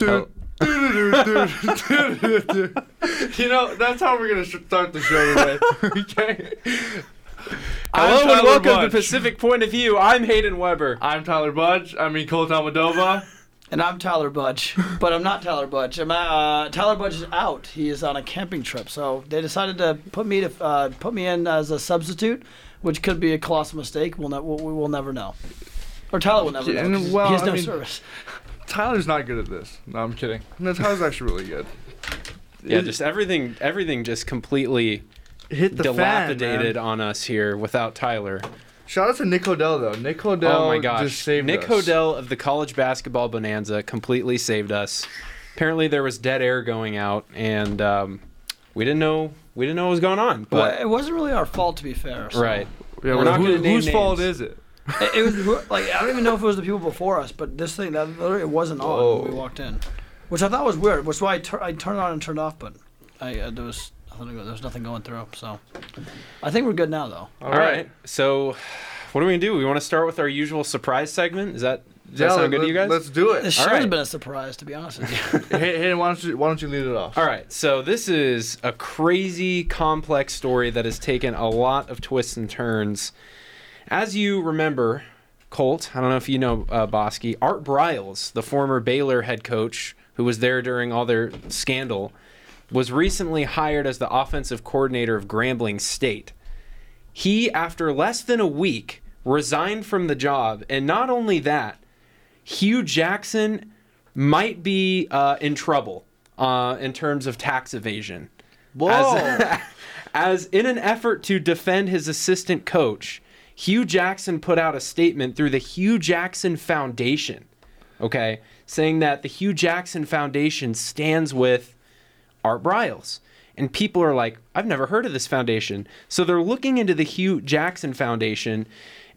You know, that's how we're gonna sh- start the show today. okay. Hello I'm and Tyler welcome Budge. to Pacific Point of View. I'm Hayden Weber. I'm Tyler Budge. I mean Cole Almadova. And I'm Tyler Budge, but I'm not Tyler Budge. I'm, uh, Tyler Budge is out. He is on a camping trip, so they decided to put me to uh, put me in as a substitute, which could be a colossal mistake. We'll ne- we we will never know, or Tyler will never Yeah, know. 'cause and, well, he has I no mean- service. Tyler's not good at this. No, I'm kidding. No, Tyler's actually really good. Yeah, just everything everything just completely Hit the dilapidated Fan, man. on us here without Tyler. Shout out to Nick Hodell though. Nick Hodell oh my gosh. just saved Nick us. Hodell of the college basketball bonanza completely saved us. Apparently there was dead air going out and um, we didn't know we didn't know what was going on. Well, But it wasn't really our fault, to be fair. so- right. Yeah, We're well, not who- gonna name whose fault names. is it? It, it was who- like I don't even know if it was the people before us, but this thing that literally it wasn't on when we walked in, which I thought was weird. Which is why I, tur- I turned it on and turned off, but I uh, there was nothing, there was nothing going through. So I think we're good now, though. All right. So what are we gonna do? We wanna start with our usual surprise segment. Is that does that Yeah, sound good to let- you guys? Let's do This it. All show's right. been a surprise, to be honest with you. hey, hey, why don't you why don't you lead it off? All right, so this is a crazy, complex story that has taken a lot of twists and turns. As you remember, Colt, I don't know if you know uh, Bosky, Art Briles, the former Baylor head coach who was there during all their scandal, was recently hired as the offensive coordinator of Grambling State. He, after less than a week, resigned from the job, and not only that, Hugh Jackson might be uh, in trouble uh, in terms of tax evasion. As, as in an effort to defend his assistant coach, Hugh Jackson put out a statement through the Hugh Jackson Foundation, okay, saying that the Hugh Jackson Foundation stands with Art Briles. And people are like, I've never heard of this foundation. So they're looking into the Hugh Jackson Foundation,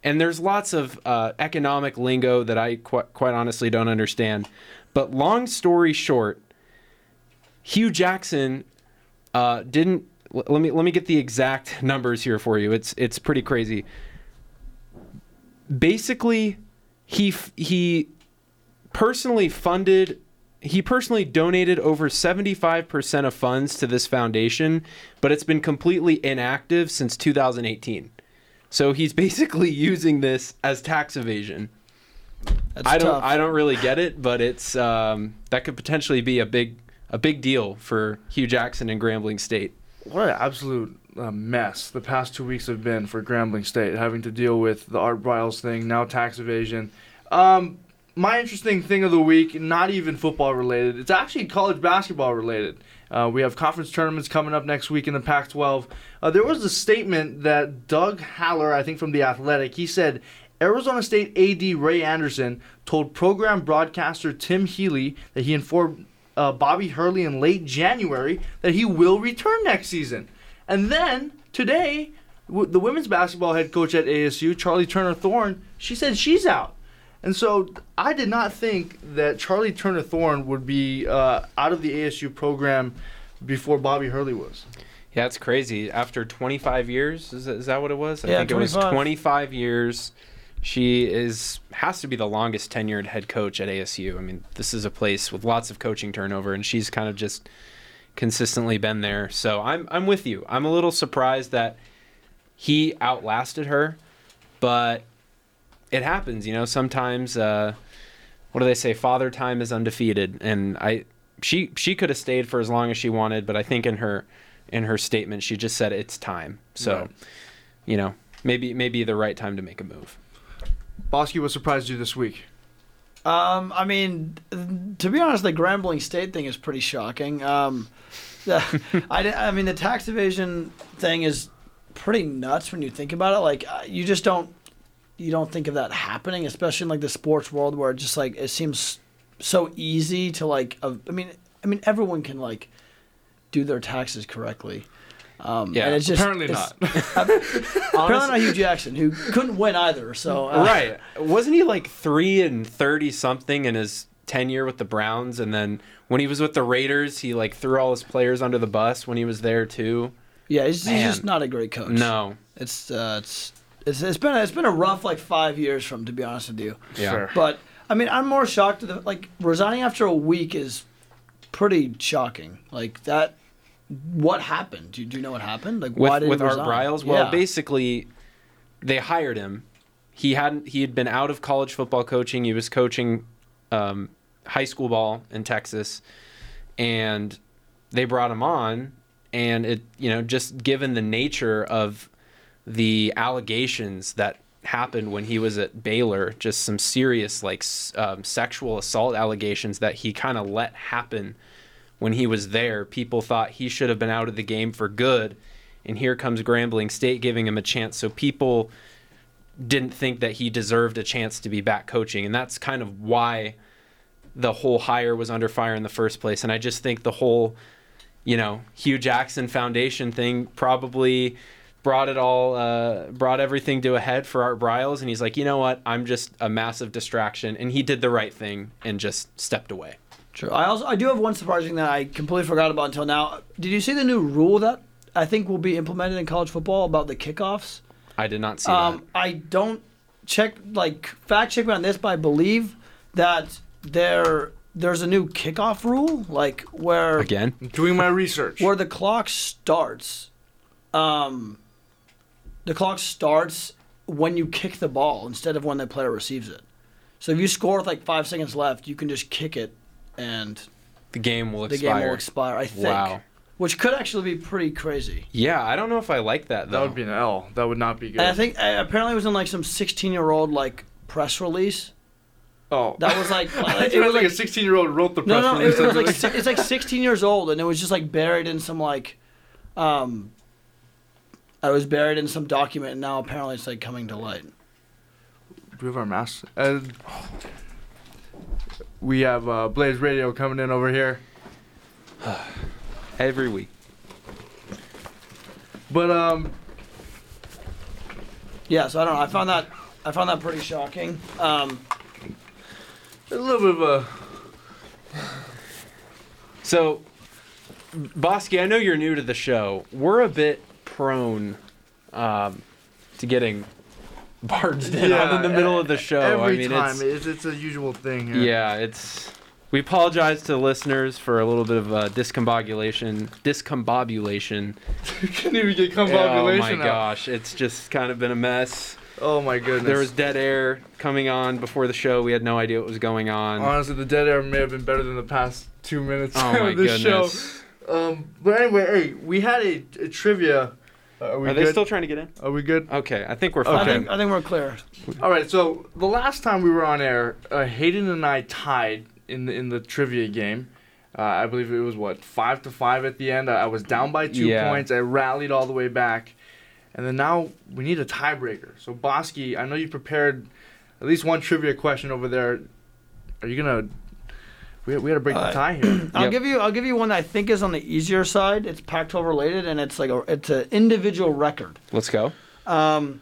and there's lots of uh, economic lingo that I qu- quite honestly don't understand. But long story short, Hugh Jackson uh, didn't. l- Let me let me get the exact numbers here for you. It's it's pretty crazy. Basically, he f- he personally funded he personally donated over 75% of funds to this foundation but it's been completely inactive since 2018 so he's basically using this as tax evasion That's i don't tough. i don't really get it but it's um, that could potentially be a big a big deal for hugh jackson and grambling state What an absolute uh, mess the past two weeks have been for Grambling State, having to deal with the Art Briles thing, now tax evasion. Um, my interesting thing of the week, not even football related, it's actually college basketball related. Uh, we have conference tournaments coming up next week in the Pac 12. Uh, there was a statement that Doug Haller, I think from The Athletic, he said Arizona State AD Ray Anderson told program broadcaster Tim Healy that he informed uh, Bobby Hurley in late January that he will return next season. And then today, w- the women's basketball head coach at ASU, Charlie Turner Thorne, she said she's out. And so I did not think that Charlie Turner Thorne would be uh, out of the ASU program before Bobby Hurley was. Yeah, it's crazy. After 25 years, is that, is that what it was? I Yeah, think it was 25. 25 years. She is has to be the longest tenured head coach at ASU. I mean, this is a place with lots of coaching turnover, and she's kind of just consistently been there. So I'm I'm with you. I'm a little surprised that he outlasted her, but it happens. You know, sometimes uh, what do they say? Father time is undefeated, and I she she could have stayed for as long as she wanted, but I think in her in her statement. She just said it's time. So, Right. you know, maybe maybe the right time to make a move. Bosky, what surprised you this week? Um, I mean, to be honest, the Grambling State thing is pretty shocking. Um, the, I, di- I mean, the tax evasion thing is pretty nuts when you think about it. Like, uh, you just don't you don't think of that happening, especially in like the sports world where it just like it seems so easy to like. Of, I mean, I mean, everyone can like do their taxes correctly. Um, Yeah, and it's just, apparently it's- Apparently not Hugh Jackson, who couldn't win either. So uh, right? Wasn't he like three and thirty something in his tenure with the Browns, and then when he was with the Raiders, he like threw all his players under the bus when he was there too. Yeah, he's, he's Man. just not a great coach. No, It's uh, it's it's it's been it's been a rough like five years from to be honest with you. Yeah. Sure. But I mean, I'm more shocked that like resigning after a week is pretty shocking. Like that, what happened? Do you, do you know what happened? Like why with did with he Art resign? Briles. Well, Yeah. basically, they hired him. He hadn't. He had been out of college football coaching. He was coaching um, high school ball in Texas, and they brought him on. And it, you know, just given the nature of the allegations that happened when he was at Baylor, just some serious like s- um, sexual assault allegations that he kind of let happen when he was there. People thought he should have been out of the game for good, and here comes Grambling State giving him a chance. So people didn't think that he deserved a chance to be back coaching, and that's kind of why the whole hire was under fire in the first place. And I just think the whole, you know, Hugh Jackson Foundation thing probably brought it all, uh, brought everything to a head for Art Briles. And he's like, you know what? I'm just a massive distraction. And he did the right thing and just stepped away. True. I also I do have one surprising that I completely forgot about until now. Did you see the new rule that I think will be implemented in college football about the kickoffs? I did not see that. Um, I don't check like fact check me on this, but I believe that there there's a new kickoff rule, like where Again, Doing my research. where the clock starts. Um, the clock starts when you kick the ball instead of when the player receives it. So if you score with like five seconds left, you can just kick it, and the game will the expire. game will expire. I think. Wow. Which could actually be pretty crazy. Yeah, I don't know if I like that though. that would be an L. That would not be good. And I think uh, apparently it was in like some 16 year old like press release. oh, That was like it, was like a 16 year old wrote the No, press no, release. it, it was like si- it's like 16 years old, and it was just like buried in some like, um, I was buried in some document, and now apparently it's like coming to light. Do we have our masks? Uh, we have uh, Blaze Radio coming in over here. Every week. But um, Yeah, so I don't know. I found that I found that pretty shocking. Um, a little bit of a So, Bosky, I know you're new to the show. We're a bit prone um, to getting barged in on in the middle of the show. Every I mean, time it's, it's it's a usual thing. Here. yeah, it's. We apologize to the listeners for a little bit of uh, discombobulation. Discombobulation. Couldn't even get Oh confabulation my out. gosh, it's just kind of been a mess. Oh my goodness. There was dead air coming on before the show. We had no idea what was going on. Honestly, the dead air may have been better than the past two minutes oh of my this goodness. show. Um, but anyway, hey, we had a, a trivia. Uh, are we Are good? they still trying to get in? Are we good? Okay, I think we're I fine. think I think we're clear. All right. So the last time we were on air, uh, Hayden and I tied in the in the trivia game. Uh, I believe it was what five to five at the end. I, I was down by two Yeah. points. I rallied all the way back, and then now we need a tiebreaker. So Bosky, I know you prepared at least one trivia question over there. Are you gonna? We we gotta break the Uh, tie here. I'll Yep. give you I'll give you one that I think is on the easier side. It's Pac-12 related, and it's like a it's an individual record. Let's go. Um,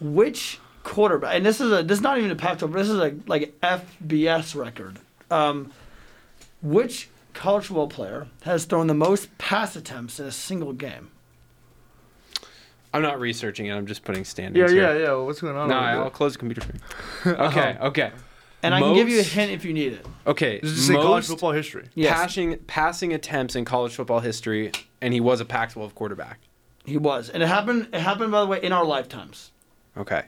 which quarterback? And this is a this is not even a Pac-12. This is a like FBS record. Um, which college football player has thrown the most pass attempts in a single game? I'm not researching it. I'm just putting yeah, standings. yeah, here. yeah. What's going on? No, over there? I'll close the computer screen. Um, okay, okay, And I can give you a Most? hint if you need it. okay. This is in college Most football history. Yes. passing passing attempts in college football history, and he was a Pac-12 quarterback. He was, and it happened. It happened by the way in our lifetimes. Okay.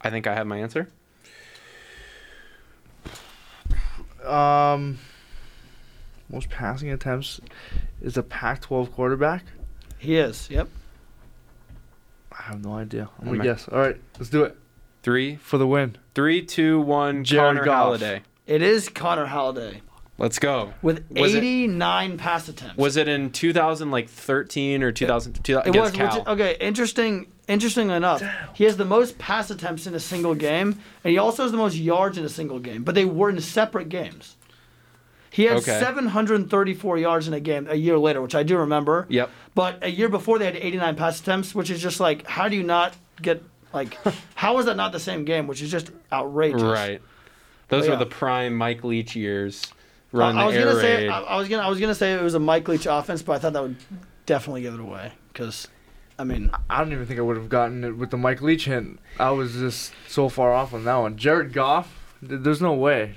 I think I have my answer. Um, most passing attempts is a Pac-12 quarterback? He is. Yep. I have no idea. I'm gonna I'm a- guess. All right, let's do it Three, for the win. three, two, one. Jared Connor Goff. Holiday. It is Connor Halliday Let's go. with Was it- 89 pass attempts. Was it in 2000, like 13 or 2000? It was, against which Cal. is- okay. Interesting. Interestingly enough, he has the most pass attempts in a single game, and he also has the most yards in a single game. But they were in separate games. He had Okay. 734 yards in a game a year later, which I do remember. Yep. But a year before, they had 89 pass attempts, which is just like, how do you not get like, how is that not the same game? Which is just outrageous. Right. Those But were Oh, yeah. the prime Mike Leach years. I- Run I, was the air gonna say raid. I, I was gonna I was gonna say it was a Mike Leach offense, but I thought that would definitely give it away because, I mean, I don't even think I would have gotten it with the Mike Leach hint. I was just so far off on that one. Jared Goff, th- there's no way.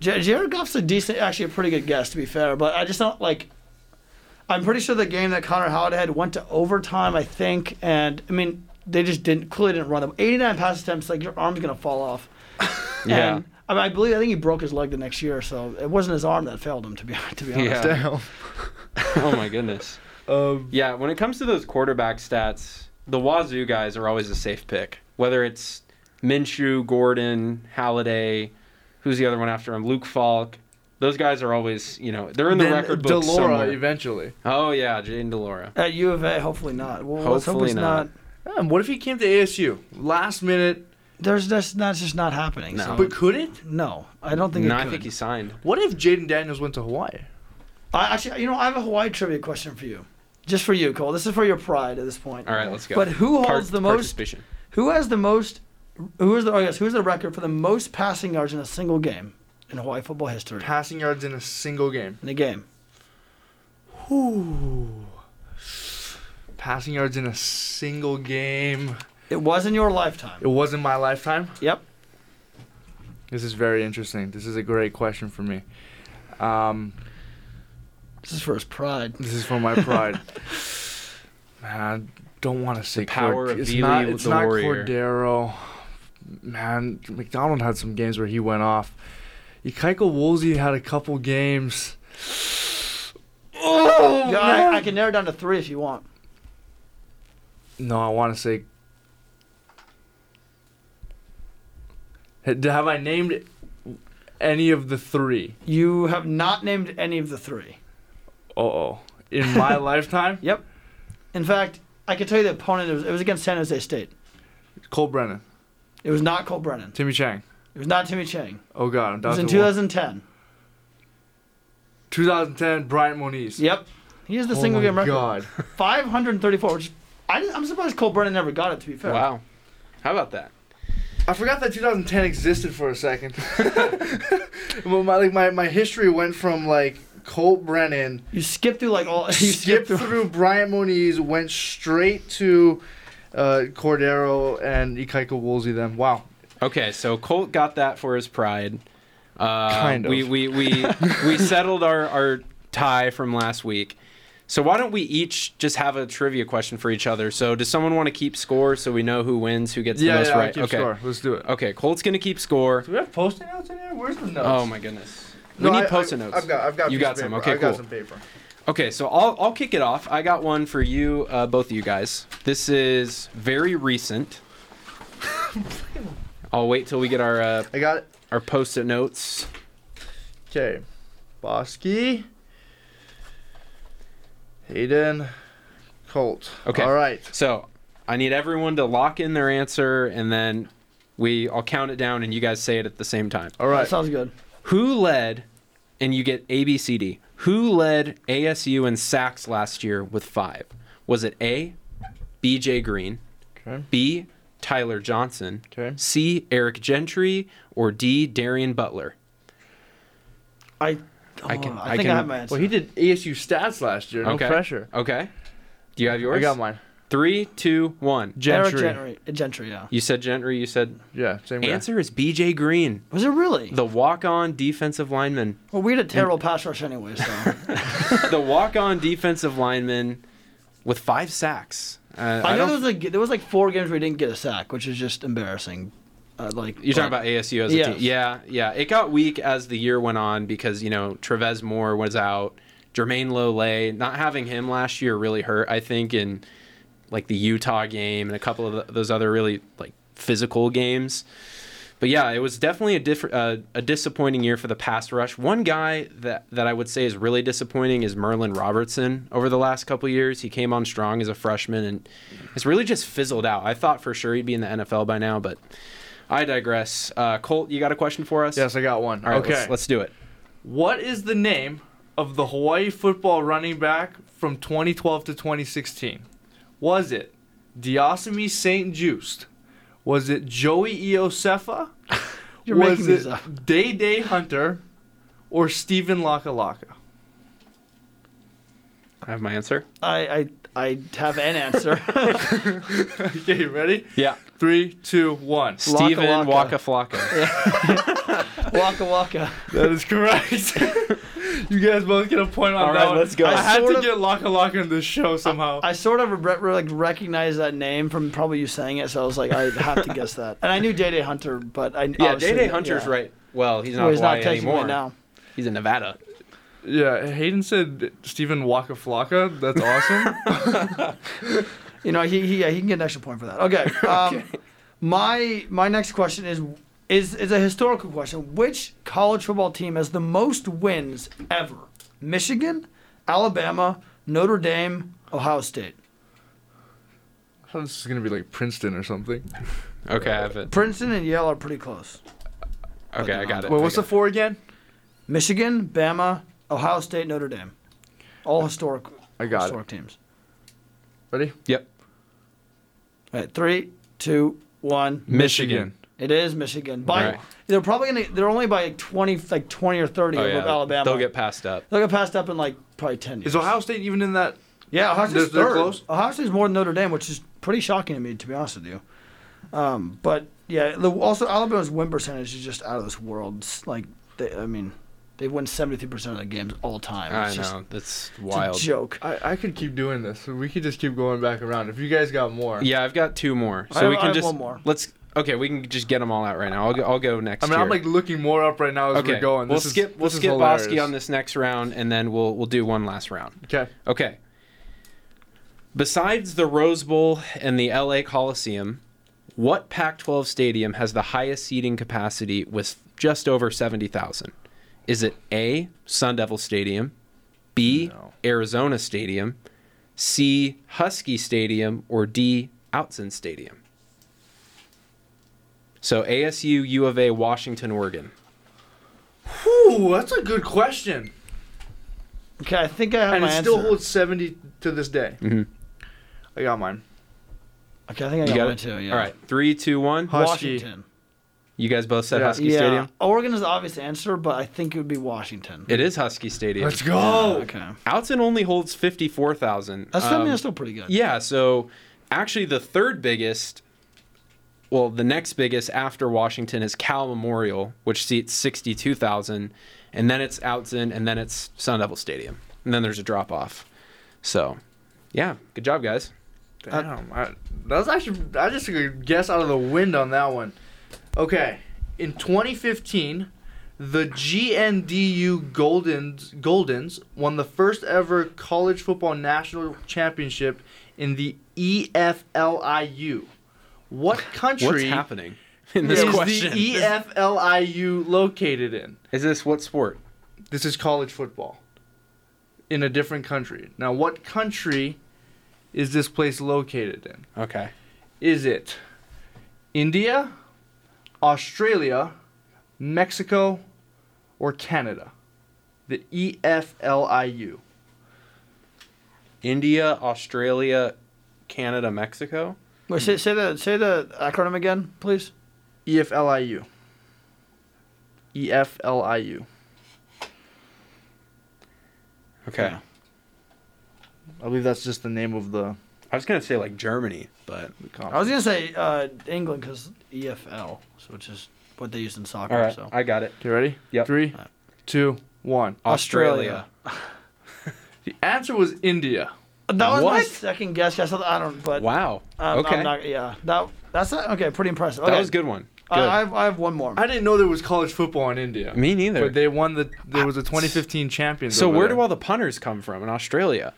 J- Jared Goff's a decent, actually a pretty good guess to be fair, but I just don't like. I'm pretty sure the game that Connor Howard had went to overtime, I think, and I mean they just didn't clearly didn't run them. 89 pass attempts, like your arm's gonna fall off. Yeah. And, I, mean, I believe I think he broke his leg the next year, so it wasn't his arm that failed him to be to be honest. Yeah. Damn. oh my goodness. Um, Yeah, when it comes to those quarterback stats, the Wazoo guys are always a safe pick. Whether it's Minshew, Gordon, Halliday, who's the other one after him? Luke Falk. Those guys are always, you know, they're in the then record book Delora somewhere. eventually. Oh yeah, Jaden Delora. At U of A, hopefully not. Well, let's hope Hopefully it's not. not. Damn, what if he came to ASU last minute? There's just that's just not happening. No. so- But could it? No, I don't think. No, it I could. think he signed. What if Jaden Daniels went to Hawaii? I actually, you know, I have a Hawaii trivia question for you, just for you, Cole. This is for your pride at this point. All right, let's go. But who holds Par- the most? participation. Who has the most? Who is the? Oh yes, who's the record for the most passing yards in a single game in Hawaii football history? Passing yards in a single game. In a game, Passing yards in a single game. it was in your lifetime. It wasn't my lifetime. Yep. This is very interesting. This is a great question for me. Um, This is for his pride. This is for my pride. Man, I don't want to say power of it's Vili not, with it's the not warrior. Cordero. Man, McDonald had some games where he went off. Ikaiko Woolsey had a couple games. Oh, Yeah, man. I, I can narrow it down to three if you want. No, I want to say. Had- Have I named any of the three? You have not named any of the three. Uh oh. In my lifetime? Yep. In fact, I can tell you the opponent. It was, it was against San Jose State. Cole Brennan, It was not Cole Brennan. Timmy Chang. It was not Timmy Chang. Oh, God. I'm It was down in to one. 2010. 2010, Brian Moniz. Yep. He Oh is the single game record. Oh God. 534, which I didn't, I'm surprised Cole Brennan never got it, to be fair. Wow. How about that? I forgot that 2010 existed for a second. well, my, like my, my history went from like Colt Brennan, You skip through like all. You skipped skip through. through Brian Moniz, went straight to uh, Cordero and Ikaika Woolsey. Then wow, Okay, so Colt got that for his pride. Uh, Kind of. We we we, we settled our, our tie from last week. So why don't we each just have a trivia question for each other? So does someone want to keep score so we know who wins, who gets the most right? okay. Let's do it. Okay, Colt's gonna keep score. Do we have post-it notes in here? Where's the notes? Oh my goodness. No, we I- need I- post-it notes. I've got, I've got. a You piece got of some. paper. Okay, I've cool. got some paper. Okay, so I'll I'll kick it off. I got one for you, uh, both of you guys. This is very recent. I'll wait till we get our uh, I got it. our post-it notes. Okay, Bosky, Hayden, Colt. Okay. All right. So I need everyone to lock in their answer, and then we I'll count it down, and you guys say it at the same time. All right. That sounds good. Who led? And you get A, B, C, D. Who led ASU in sacks last year with five? Was it A, B.J. Green, Okay. B, Tyler Johnson, Okay. C, Eric Gentry, or D, Darian Butler? I I, I, can- can, I I think I, can- have my answer. Well, he did ASU stats last year. No okay. pressure. Okay. Do you have yours? I got mine. Three, two, one. Eric Gentry. Gentry. Gentry, yeah. You said Gentry. You said Yeah, same guy. answer is B.J. Green, Was it really? the walk-on defensive lineman. well, we had a terrible pass rush anyway, so. the walk-on defensive lineman with five sacks. Uh, I I know don't- there was, like, there was like four games we didn't get a sack, which is just embarrassing. Uh, like you're talking about ASU as a Yes. team. Yeah, yeah. It got weak as the year went on because you know Trevez Moore was out, Jermaine Lole, not having him last year really hurt. I think in like the Utah game and a couple of th those other really like physical games. But yeah, it was definitely a diff- uh, a disappointing year for the pass rush. One guy that, that I would say is really disappointing is Merlin Robertson. Over the last couple years, he came on strong as a freshman and it's really just fizzled out. I thought for sure he'd be in the NFL by now, but I digress. Uh, Colt, you got a question for us? Yes, I got one. All right, okay. let's, let's do it. What is the name of the Hawaii football running back from 2012 to 2016? Was it Diosome St. Juiced? Was it Joey Iosefa? You're was making these it up. Day Day Hunter or Steven Laka Laka? I have my answer. I, I, I have an answer. Okay, you ready? Yeah. Three, two, one. Steven Waka Waka. Flocka. waka waka. That is correct. you guys both get a point on All that right, one. let's go. I, I had sort to of- get Laka Laka in this show somehow. I sort of regret, like recognize that name from probably you saying it, so I was like, I have to guess that. And I knew Day Day Hunter, but I Yeah, obviously- Day Day Hunter's yeah. right. Well, he's not Well, he's not Hawaii texting anymore. right now. He's in Nevada. yeah, Hayden said Steven Waka Flocka. That's awesome. You know, he he, yeah, he can get an extra point for that. Okay. Um, My my next question is is is a historical question. Which college football team has the most wins ever? Michigan, Alabama, Notre Dame, Ohio State. I thought this was gonna be like Princeton or something. Okay, I have it. Princeton and Yale are pretty close. Okay, I got it. Wait, I what's got the four again? Michigan, Bama, Ohio State, Notre Dame. All historic I got historic it. teams. Ready? it. Yep. All right, three, two, one. Michigan. It is Michigan. By Alright. they're probably gonna they're only by like twenty like twenty or thirty Oh, over yeah. Alabama. They'll get passed up. they'll get passed up in like probably ten years. Is Ohio State even in that? Yeah, Ohio State's They're- 3rd they're close? Ohio State's more than Notre Dame, which is pretty shocking to me, to be honest with you. Um, but yeah, the, also Alabama's win percentage is just out of this world. It's like, they, I mean, they win seventy three percent of the games all time. I It's just- know. That's it's wild. a joke. I, I could keep doing this. We could just keep going back around. If you guys got more, Yeah, I've got two more. So I- we I can have just one more. let's okay, we can just get them all out right now. I'll go, I'll go next. I mean, I'm here. like looking more up right now as okay. we're going. we'll This is- skip we'll this is skip hilarious. Bosky on this next round and then we'll we'll do one last round. Okay. Okay. Besides the Rose Bowl and the LA Coliseum, what Pac 12 stadium has the highest seating capacity with just over 70,000? Is it A, Sun Devil Stadium, B, Arizona Stadium, C, Husky Stadium, or D, Outson Stadium? So ASU, U of A, Washington, Oregon. Ooh, that's a good question. Okay, I think I have And my it answer. still holds 70 to this day. Mhm. I got mine. okay, I think I You got, got mine it? too. Yeah. All right, three, two, one. Husky. Washington. You guys both said Yeah. Husky yeah. Stadium. Oregon is the obvious answer, but I think it would be Washington. It is Husky Stadium. Let's go. Okay. Outson only holds 54,000. Oh. That's I mean, Um, that's still pretty good. Yeah, so actually the third biggest well, the next biggest after Washington is Cal Memorial, which seats 62,000, and then it's Outson and then it's Sun Devil Stadium. And then there's a drop off. So, yeah, good job guys. Damn. I, that was actually, I just took a guess out of the wind on that one. Okay. In 2015, the GNDU Goldens, Goldens won the first ever college football national championship in the E EFLIU. What country What's happening in this is question? the E EFLIU located in? is this what sport? This is college football in a different country. Now, what country is this place located in? Okay. Is it India, Australia, Mexico, or Canada? The E EFLIU. India, Australia, Canada, Mexico? Wait, say, say the say the acronym again, please. E EFLIU. E EFLIU. Okay. Yeah. I believe that's just the name of the, I was going to say like Germany, but the I conference. was gonna say uh, England because EFL, so which is what they used in soccer. all right, So I got it. You ready? Yep. Three, two, one. Australia. The answer was India. that was my What? second guess. I said I don't, but Wow. um, okay. I'm not, yeah, that that's not, okay. Pretty impressive. Okay. That was a good one. Good. I, I, have, I have one more. I didn't know there was college football in India. Me neither. Ah. But they won the. There was a 2015 champion. so where do all the punters come from in Australia?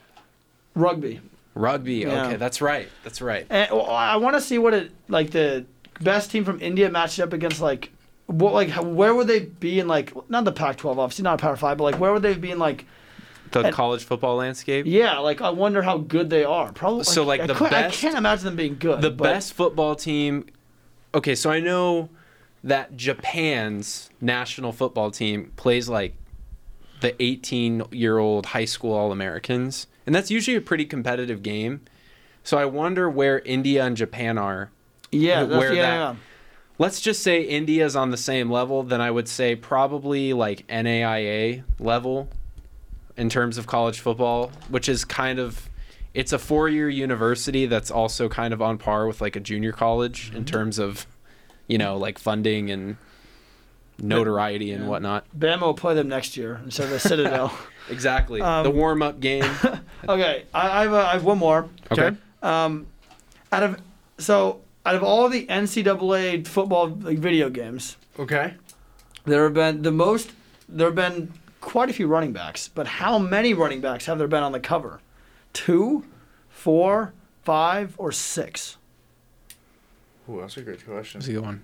Rugby. Rugby. Yeah. Okay, that's right. That's right. And well, I want to see what it like the best team from India matched up against like what like how- where would they be in like not the Pac-12 obviously not a Power Five but like where would they be in like The college football landscape. yeah like I wonder how good they are probably So, like, I the could- best- I can't imagine them being good The but- best football team. Okay, so I know that Japan's national football team plays like the 18-year-old high school All-Americans, and that's usually a pretty competitive game. So I wonder where India and Japan are. yeah that's, where yeah, that- yeah. Let's just say India's on the same level, then I would say probably like NAIA level in terms of college football, which is kind of it's a four-year university that's also kind of on par with like a junior college Mm-hmm. in terms of you know like funding and notoriety and whatnot. Bama will play them next year instead of the Citadel Exactly. the Um, warm-up game. okay I, I have a, I have one more Um, okay. out of so out of all the NCAA football like video games Okay. There have been the most. There have been quite a few running backs, but how many running backs have there been on the cover? Two, four, five, or six? Ooh, that's a great question. That's a good one.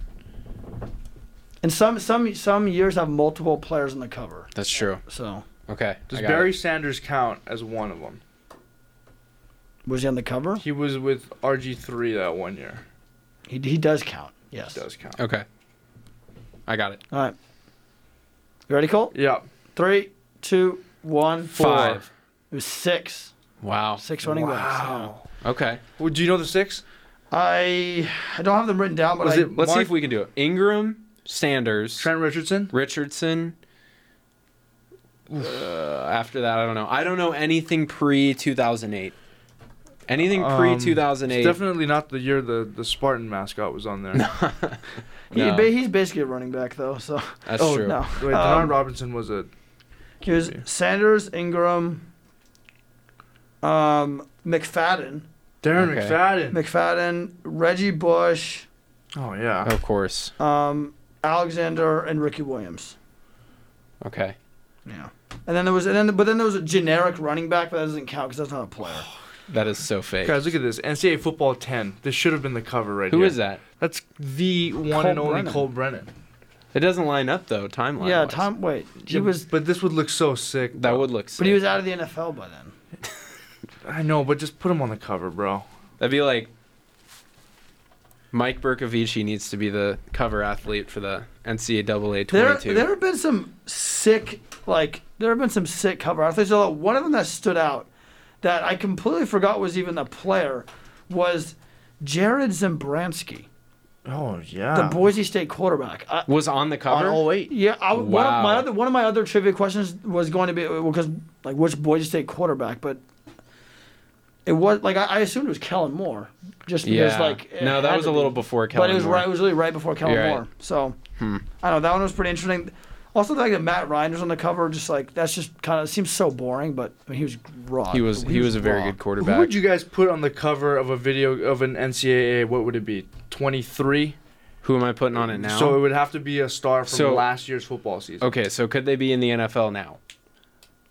And some some some years have multiple players on the cover. That's true. So Okay. Does I got Barry it. Sanders count as one of them? was he on the cover? He was with RG3 that one year. He he does count. Yes. Does count. Okay. I got it. All right. You ready, Colt? Yeah. Three, two, one, four. Five. It was six. Wow. Six running backs. yeah. Okay. Well, do you know the six? I I don't have them written down, but Was I, it Let's see Mark- if we can do it. Ingram, Sanders, Trent Richardson. Richardson. Uh, after that, I don't know. I don't know anything pre 2008. Anything pre Um, It's 2008. definitely not the year the, the Spartan mascot was on there. he, no. ba- he's basically a running back though. So That's oh, true. no. Wait, Denard Um, Robinson was a. Here's Sanders, Ingram, um, McFadden, Darren Okay. McFadden. McFadden, Reggie Bush, oh, yeah. Of course. um, Alexander, and Ricky Williams. Okay. Yeah. And then there was, and then but then there was a generic running back, but that doesn't count because that's not a player. That is so fake. Guys, look at this. NCAA Football 10. This should have been the cover right Who is here. that? That's the one Colt and only Brennan. Cole Brennan. It doesn't line up though. Timeline. yeah, wise. Tom. Wait, he Yeah, was, But this would look so sick. That would look. Sick. but he was out of the NFL by then. I know, but just put him on the cover, bro. That'd be like. Mike Berkovici needs to be the cover athlete for the NCAA 22. There, there have been some sick, like there have been some sick cover athletes. Although one of them that stood out, that I completely forgot was even a player, was Jared Zembransky, Oh, yeah. the Boise State quarterback. I, was on the cover. yeah, I, one of my Wow. other one of my other trivia questions was going to be because like which Boise State quarterback, but it was like I, I assumed it was Kellen Moore, just because Yeah. like it no, that had was a to little be. before But Kellen it was Moore. right. It was really right before Kellen You're right. Hmm. Moore. So I don't know. That one was pretty interesting. Also, the fact that Matt Ryan was on the cover, just like that's just kind of seems so boring. But I mean, he was raw. He was he was a very raw. good quarterback. Who would you guys put on the cover of a video of an NCAA? What would it be? 23? Who am I putting on it now? So it would have to be a star from So- last year's football season. okay, so could they be in the NFL now?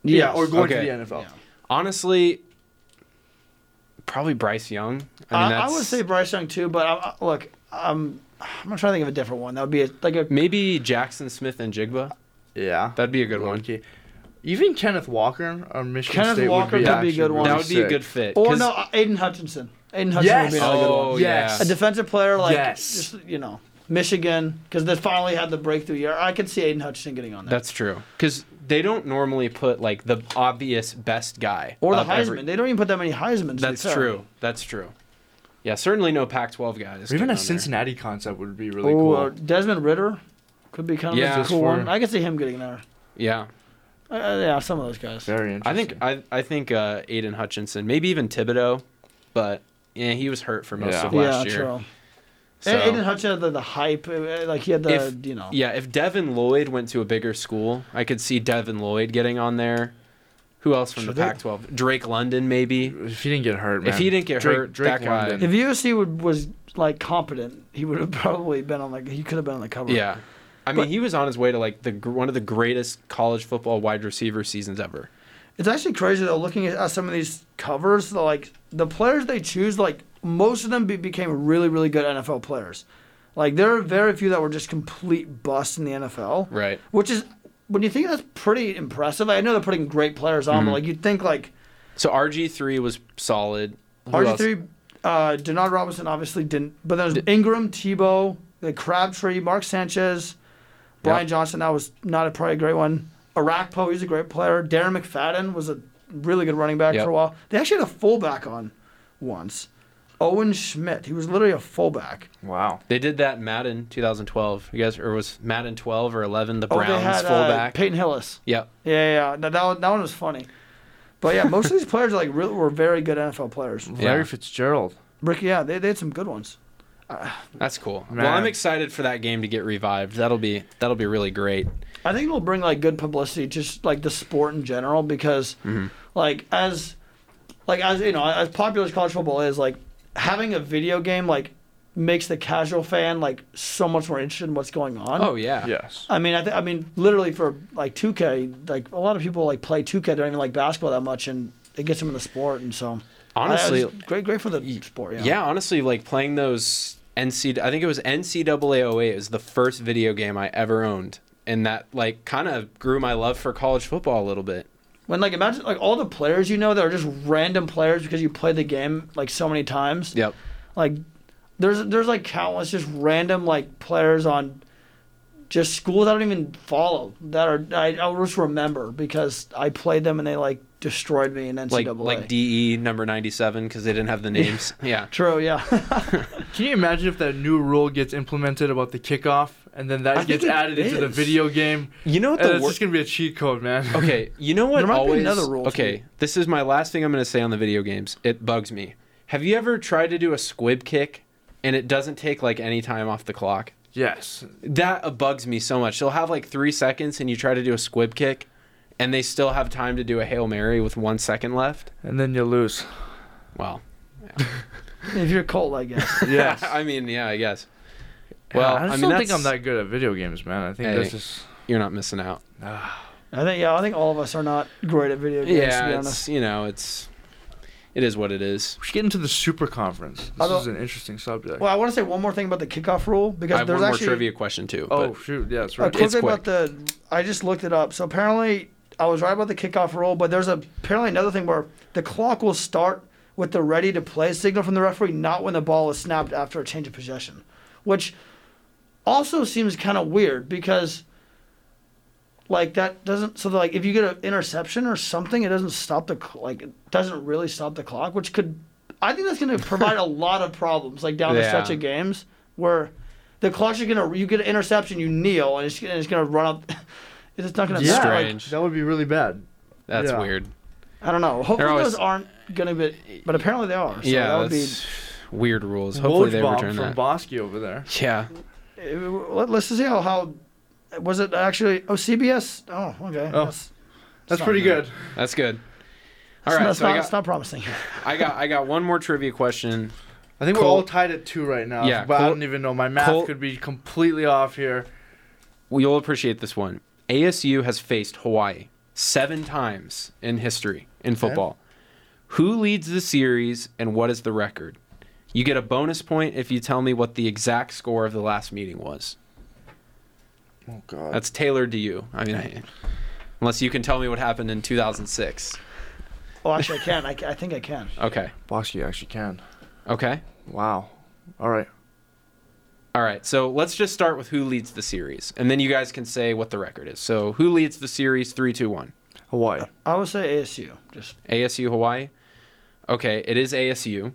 Yeah, or going Okay. to the NFL. Honestly, probably Bryce Young. I I, mean, I that's, would say Bryce Young too, but I, I, look, I'm I'm gonna try to think of a different one. That would be a, like a maybe Jackson Smith and Jigba. Yeah. That'd be a good one. Okay. Even Kenneth Walker on Michigan Kenneth State Walker would be, could be a actually good one. really That would be a sick. good fit. or 'cause- no, uh, Aiden Hutchinson. Aiden Hutchinson Yes. would be another good one. Oh, Yes. yeah. A defensive player like Yes. just you know Michigan because they finally had the breakthrough year. I could see Aiden Hutchinson getting on there. That's true. Because they don't normally put like the obvious best guy or the of Heisman. every- They don't even put that many Heisman. that's true. That's true. Yeah, certainly no Or Pac-12 guys. even getting a on there. Cincinnati concept would be really Oh, cool. uh, Desmond Ritter could be kind of Yeah. a cool For- one. I could see him getting there. Yeah, Uh, uh, yeah, some of those guys. Very I interesting. think I I think uh, Aiden Hutchinson, maybe even Thibodeau, but yeah, he was hurt for most Yeah. of Yeah, last year. true. So- And Aiden Hutchinson had the, the hype. uh, uh, Like he had the If- you know. Yeah, if Devin Lloyd went to a bigger school, I could see Devin Lloyd getting on there. Who else from Should the they- Pac-12? Drake London, maybe. If he didn't get hurt, If man. he didn't get Drake- hurt, Drake that guy- London. If UFC would, was like competent, he would have probably been on like he could have been on the cover. Yeah, I mean, he was on his way to like the gr- one of the greatest college football wide receiver seasons ever. It's actually crazy though. Looking at, at some of these covers, like the players they choose, like most of them be, became really, really good NFL players. Like there are very few that were just complete busts in the NFL. Right. Which is when you think that's pretty impressive. I know they're putting great players on, but like you'd think like So RG three was solid. Who RG else? three, uh, Denard Robinson obviously didn't, but then there's Ingram, Tebow, the Crabtree, Mark Sanchez, Brian Yep. Johnson. That was not a probably a great one. Arakpo, he's a great player. Darren McFadden was a really good running back Yep. for a while. They actually had a fullback on once. Owen Schmidt, he was literally a fullback. Wow. They did that Madden 2012. You guys, or was Madden 12 or 11 the Browns oh, they had fullback? Uh, Peyton Hillis. yep. Yeah, yeah, yeah. That, that, one, that one was funny. But yeah, most of these players are like really, were very good NFL players. Larry Yeah. Fitzgerald. Ricky, yeah, they, they had some good ones. That's cool. Well, Man. I'm excited for that game to get revived. That'll be that'll be really great. I think it'll bring like good publicity, just like the sport in general, because Mm-hmm. like as like as you know, as popular as college football is, like having a video game like makes the casual fan like so much more interested in what's going on. Oh yeah. Yes. I mean, I, th- I mean, literally for like 2K, like a lot of people like play 2K, they don't even like basketball that much, and it gets them in the sport, and so I- I Honestly- just- great, great for the sport. Yeah. yeah. honestly, like playing those NC, I think it was NCAA 08. It was the first video game I ever owned, and that like kind of grew my love for college football a little bit. When like imagine like all the players you know that are just random players because you played the game like so many times. Yep. like there's there's like countless just random like players on just schools I don't even follow that are I, I'll just remember because I played them and they like destroyed me in Like NCAA. like DE number 97 because they didn't have the names. yeah. True, yeah. Can you imagine if that new rule gets implemented about the kickoff, and then that I think gets it added into the is. video game? You know what And the it's wor- just gonna be a cheat code, man. Okay, you know what? There might be always another rule to Okay, it. this is my last thing I'm going to say on the video games. It bugs me. Have you ever tried to do a squib kick and it doesn't take like any time off the clock? Yes. That uh, bugs me so much. They'll have like three seconds and you try to do a squib kick, and they still have time to do a hail mary with one second left. And then you lose. Well, if you're cold, I guess. Yes. I mean, yeah, I guess. Well, I I, just mean, don't that's, think I'm that good at video games, man. I think Hey. that's just. You're not missing out. I think yeah, I think all of us are not great at video games to be Yeah, honest. it's you know, it's it is what it is. We should get into the super conference. This Although- is an interesting subject. Well, I want to say one more thing about the kickoff rule because I have there's one more actually trivia question too. oh but- shoot, yeah, that's a right. quick It's thing about the I just looked it up. So apparently I was right about the kickoff rule, but there's apparently another thing where the clock will start with the ready to play signal from the referee, not when the ball is snapped after a change of possession. Which also seems kind of weird because like that doesn't so like if you get an interception or something, it doesn't stop the cl- like it doesn't really stop the clock, which could I think that's going to provide a lot of problems like down the Yeah. stretch of games where the clock's just gonna you get an interception, you kneel, and it's, and it's gonna run up. it's just not gonna yeah, stop. like, Strange. that would be really bad. That's Yeah. weird. I don't know. Hopefully always- those aren't gonna be, but apparently they are. So yeah, that would be. that's weird rules. Hopefully Woj they Bob return from that. Bosky over there. yeah, eh, Let, let's just see how how was it actually? Oh, CBS. Oh, okay. Oh, that's, That's pretty good. that's good. All right, that's so not, I it's got, not promising. I got I got one more trivia question. I think Colt- we're all tied at two right now. Yeah, but I Colt- don't even know. My math Colt- could be completely off here. Well, You'll appreciate this one. ASU has faced Hawaii seven times in history in football. Who leads the series and what is the record? You get a bonus point if you tell me what the exact score of the last meeting was. Oh God. That's tailored to you. I mean, I, unless you can tell me what happened in 2006. Oh, actually, I can. I, ca- I think I can. Okay. Bosky actually can. Okay. Wow. All right. All right, so let's just start with who leads the series, and then you guys can say what the record is. So, who leads the series? Three, two, one. Hawaii. I would say ASU. Just ASU Hawaii. Okay, it is ASU.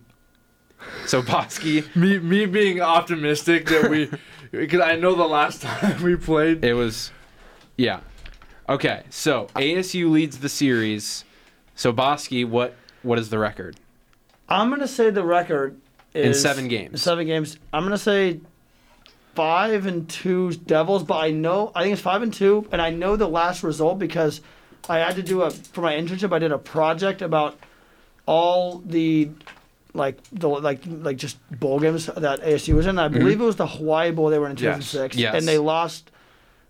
So Bosky, Me, me being optimistic that we, because I know the last time we played. it was, yeah. Okay, so ASU leads the series. So Bosky, what what is the record? I'm gonna say the record is seven games. Seven games. I'm gonna say five and two Devils, but I know I think it's five and two, and I know the last result because I had to do a for my internship. I did a project about all the like the like like just bowl games that ASU was in. I believe it was the Hawaii Bowl they were in two thousand six, Mm-hmm. Yes. and they lost.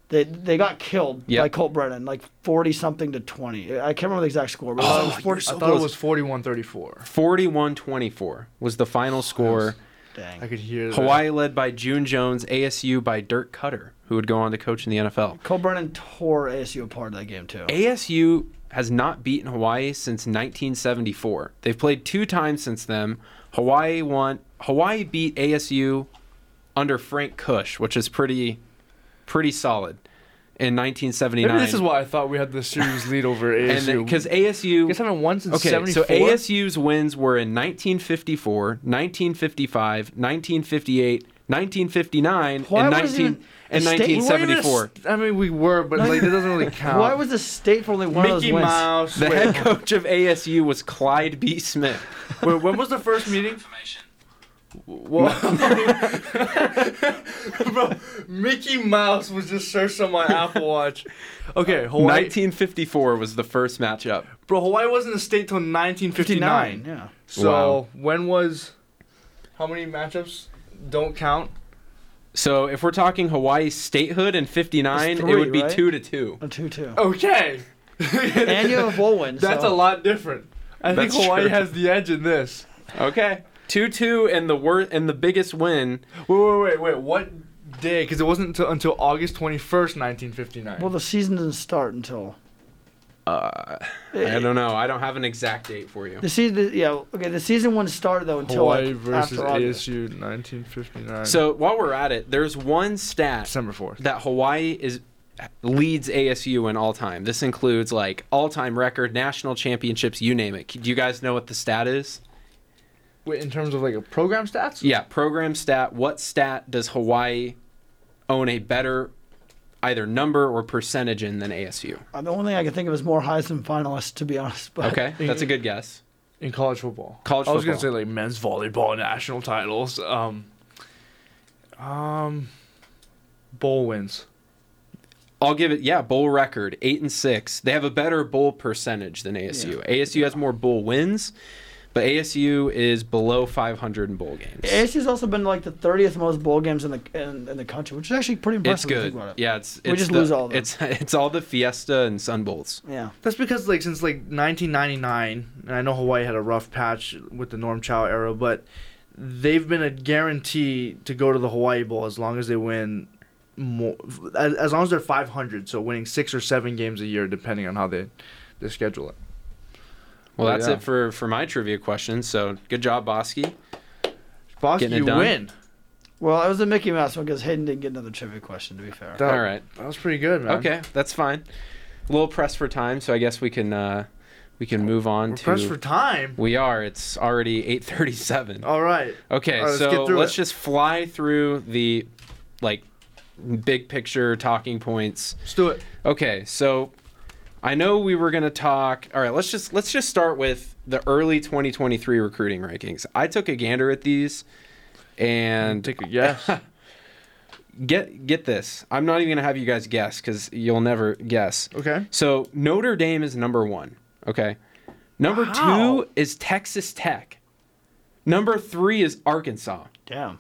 They they got killed Yep. by Colt Brennan, like forty something to twenty. I can't remember the exact score. But it was Oh, like 40 I thought it was 41-34. 41-24 was the final score. dang. I could hear that. Hawaii led by June Jones, ASU by Dirk Cutter, who would go on to coach in the NFL. Cole Brennan tore ASU apart in that game too. ASU has not beaten Hawaii since 1974. They've played two times since then. Hawaii won. Hawaii beat ASU under Frank Cush, which is pretty, pretty solid, in 1979. Maybe this is why I thought we had the series lead over ASU. because you guys ASU. haven't won since Okay, 74. so ASU's wins were in 1954, 1955, 1958, 1959, Why and, was 19, even- and the state- We weren't even a 1974. st- I mean, we were, but like, that doesn't really count. Why was the state for only one of Mickey those wins? Mouse? The wait, head coach of ASU was Clyde B. Smith. wait, when was the first meeting? Well, bro, Mickey Mouse was just searched on my Apple Watch. Okay, Hawaii. 1954 was the first matchup. Bro, Hawaii wasn't a state till 1959. Fifty-nine. Yeah. So Wow. when was? How many matchups? Don't count. So if we're talking Hawaii statehood in 59, It's it three, would be right? 2 to 2. A two-two. Okay. And you have a bowl win. Oh, That's a so. lot different. I That's think Hawaii true. has the edge in this. Okay. 2 2 and the wor- and the biggest win. Wait, wait, wait, wait. What day? Because it wasn't until, until August 21st, 1959. Well, the season doesn't start until I don't know. I don't have an exact date for you. the season. Yeah. Okay. The season wouldn't start though until Hawaii like, versus after August. ASU, 1959. So while we're at it, there's one stat December 4th. that Hawaii is leads ASU in all time. This includes like all-time record, national championships, you name it. Do you guys know what the stat is? Wait, in terms of like a program stats? Yeah, program stat. What stat does Hawaii own a better either number or percentage in than ASU? Uh, The only thing I can think of is more Heisman finalists, to be honest. But Okay, that's a good guess. In college football. College I was gonna say football. like men's volleyball national titles. Um, um, bowl wins. I'll give it. Yeah, bowl record eight and six. They have a better bowl percentage than ASU. ASU has more bowl wins, but ASU is below 500 in bowl games. ASU's also been like the 30th most bowl games in the in, in the country, which is actually pretty It's impressive. when you good. think about it. Yeah, it's, it's We just the- lose all of them. It's it's all the Fiesta and Sun Bowls. Yeah. That's because like since like 1999, and I know Hawaii had a rough patch with the Norm Chow era, but they've been a guarantee to go to the Hawaii Bowl as long as they win more, as, as long as they're 500, so winning six or seven games a year depending on how they they schedule it. Well, Oh, that's yeah. it for for my trivia question. So good job, Bosky. Bosky, Getting it you done? win. Well, it was a Mickey Mouse one because Hayden didn't get another trivia question. To be fair. That- All right. that was pretty good, man. Okay, that's fine. A little pressed for time, so I guess we can uh, we can move on we're to. pressed for time. we are. It's already 8:37. All right. Okay, All right, let's so get through let's it. just fly through the like big picture talking points. Let's do it. Okay, so I know we were gonna talk. All right, let's just let's just start with the early 2023 recruiting rankings. I took a gander at these, and Take a guess. get get this. I'm not even gonna have you guys guess because you'll never guess. Okay. So Notre Dame is number one. Okay. Number Wow. two is Texas Tech. Number three is Arkansas, Damn.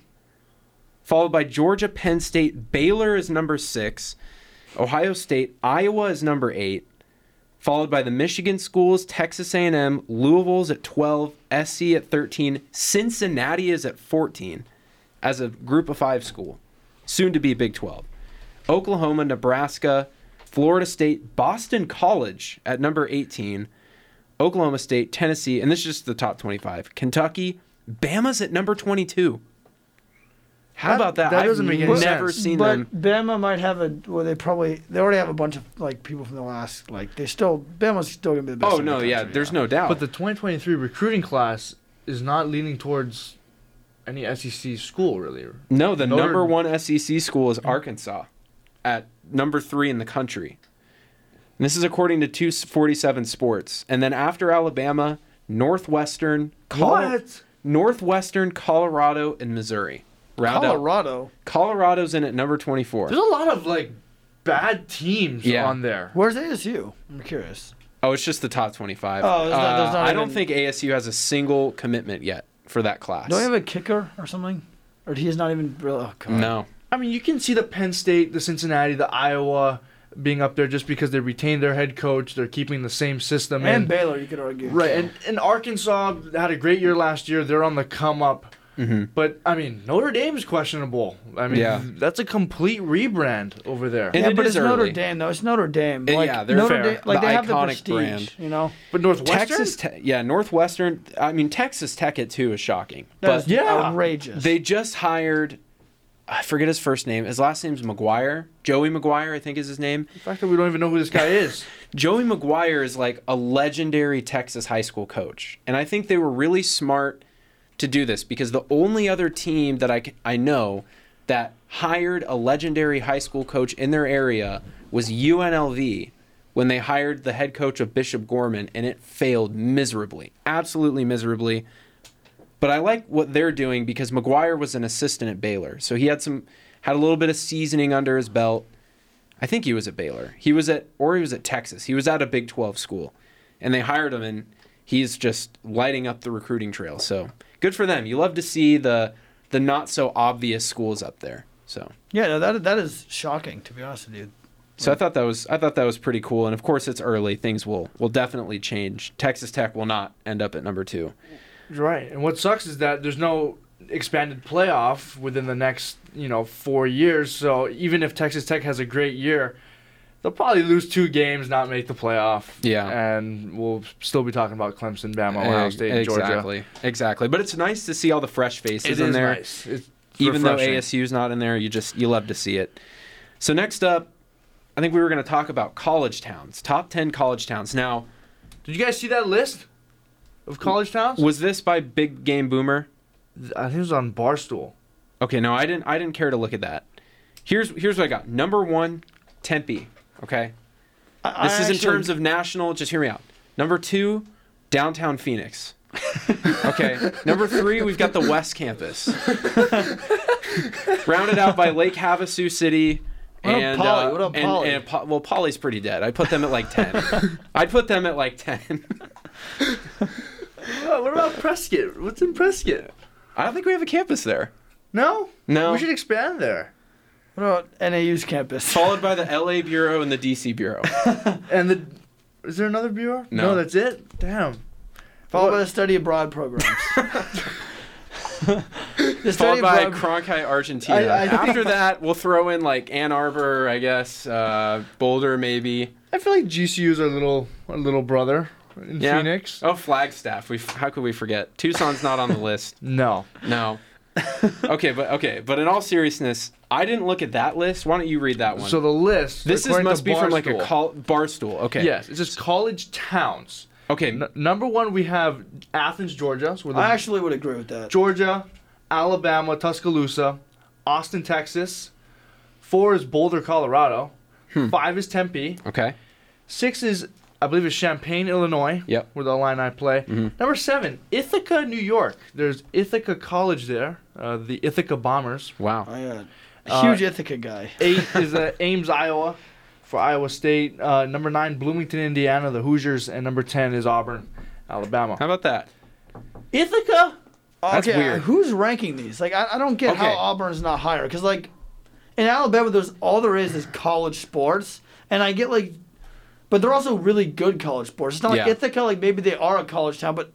followed by Georgia, Penn State, Baylor is number six, Ohio State, Iowa is number eight, followed by the Michigan schools, Texas A&M, Louisville's at 12, SC at 13, Cincinnati is at 14 as a group of five school, soon to be Big 12. Oklahoma, Nebraska, Florida State, Boston College at number 18, Oklahoma State, Tennessee, and this is just the top 25. Kentucky, Bama's at number 22. How That- about that? that I've doesn't make any never sense. seen but them. Bama might have a. Well, they probably they already have a bunch of like people from the last. Like they still Bama's still gonna be the best. Oh in the no, yeah, country, there's no doubt. But the 2023 recruiting class is not leaning towards any SEC school, really. No, the Notre- number one SEC school is Arkansas, at number three in the country. And this is according to 247 Sports. And then after Alabama, Northwestern, Col- What? Northwestern, Colorado, and Missouri. Round up. Colorado. Colorado's in at number 24. There's a lot of like bad teams Yeah. on there. Where's ASU? I'm curious. Oh, it's just the top 25. Oh, it's not- there's Uh, not I don't even- think ASU has a single commitment yet for that class. Do I have a kicker or something? Or he's not even really. Oh, God. no. I mean, you can see the Penn State, the Cincinnati, the Iowa being up there just because they retained their head coach. They're keeping the same system. And in. Baylor, you could argue. Right, and, and Arkansas had a great year last year. They're on the come up. But I mean, Notre Dame's questionable. I mean, Mm-hmm. Yeah. that's a complete rebrand over there. And yeah, it but is it's Notre early. Dame, though. It's Notre Dame. Uh, Like, yeah, they're Notre fair. Dame, like The they have the iconic prestige, brand. you know. but Northwestern, Texas, Te- yeah, Northwestern. I mean, Texas Tech at two is shocking. That's But yeah. outrageous. they just hired, I forget his first name. His last name's McGuire. Joey McGuire, I think is his name. the fact that we don't even know who this guy is. Joey McGuire is like a legendary Texas high school coach. And I think they were really smart to do this because the only other team that I, c- I know that hired a legendary high school coach in their area was UNLV when they hired the head coach of Bishop Gorman, and it failed miserably, absolutely miserably. But I like what they're doing because McGuire was an assistant at Baylor, so he had some had a little bit of seasoning under his belt. I think he was at Baylor. He was at or he was at Texas. He was at a Big 12 school, and they hired him, and he's just lighting up the recruiting trail. So good for them. You love to see the the not so obvious schools up there. So yeah, no, that that is shocking to be honest with you. so I thought that was I thought that was pretty cool. And of course, it's early. Things will will definitely change. Texas Tech will not end up at number two. right. And what sucks is that there's no expanded playoff within the next, you know, four years. So even if Texas Tech has a great year, they'll probably lose two games, not make the playoff. Yeah. And we'll still be talking about Clemson, Bama, Ohio Eg- State, and Georgia. Eh, exactly, exactly. But it's nice to see all the fresh faces in there. nice. It's even though refreshing. ASU's not in there, you just you love to see it. So next up, I think we were going to talk about college towns, top 10 college towns. Now, Did you guys see that list of college towns? was this by Big Game Boomer? I think it was on Barstool. Okay, no, I didn't I didn't care to look at that. Here's here's what I got. Number 1, Tempe, okay? I, This I is in actually- terms of national, just hear me out. Number 2, downtown Phoenix. okay. Number 3, we've got the West Campus. Rounded out by Lake Havasu City. What up, and, Poly? uh, What up, and- Poly? and Po- well, Polly's pretty dead. I put them at like ten. I'd put them at like ten. What about Prescott? What's in Prescott? I don't think we have a campus there. No? No. We should expand there. what about NAU's campus? Followed by the LA Bureau and the DC Bureau. And the. Is there another bureau? No. that's it? Damn. Followed by the study abroad programs. the Followed study by abroad- Cronkite, Argentina. I- I think- After that, we'll throw in like Ann Arbor, I guess, uh, Boulder, maybe. I feel like GCU's our little our little brother in Yeah. Phoenix. Oh, Flagstaff. We how could we forget? Tucson's not on the list. No. No. okay, but okay, but in all seriousness, I didn't look at that list. Why don't you read that one? So the list. this is, according to must be from like a Barstool- col- bar stool. Okay. Yes, it's just college towns. Okay. N- number one, we have Athens, Georgia. So we're the I actually would agree with that. Georgia, Alabama, Tuscaloosa, Austin, Texas. Four is Boulder, Colorado. Hmm. Five is Tempe. Okay. Six is, I believe, is Champaign, Illinois. Yep. Mm-hmm. Where the Illini play. Number seven, Ithaca, New York. There's Ithaca College there, uh, the Ithaca Bombers. Wow. I, uh, a huge Ithaca guy. Eight is uh, Ames, Iowa, for Iowa State. Uh, number nine, Bloomington, Indiana, the Hoosiers, and number ten is Auburn, Alabama. How about that? Ithaca. That's okay, weird. Oh, Who's ranking these? Like, I, I don't get how Okay. Auburn's not higher. Because, like, in Alabama, there's all there is is college sports. And I get, like, but they're also really good college sports. It's not like Yeah. Ithaca, like, maybe they are a college town, but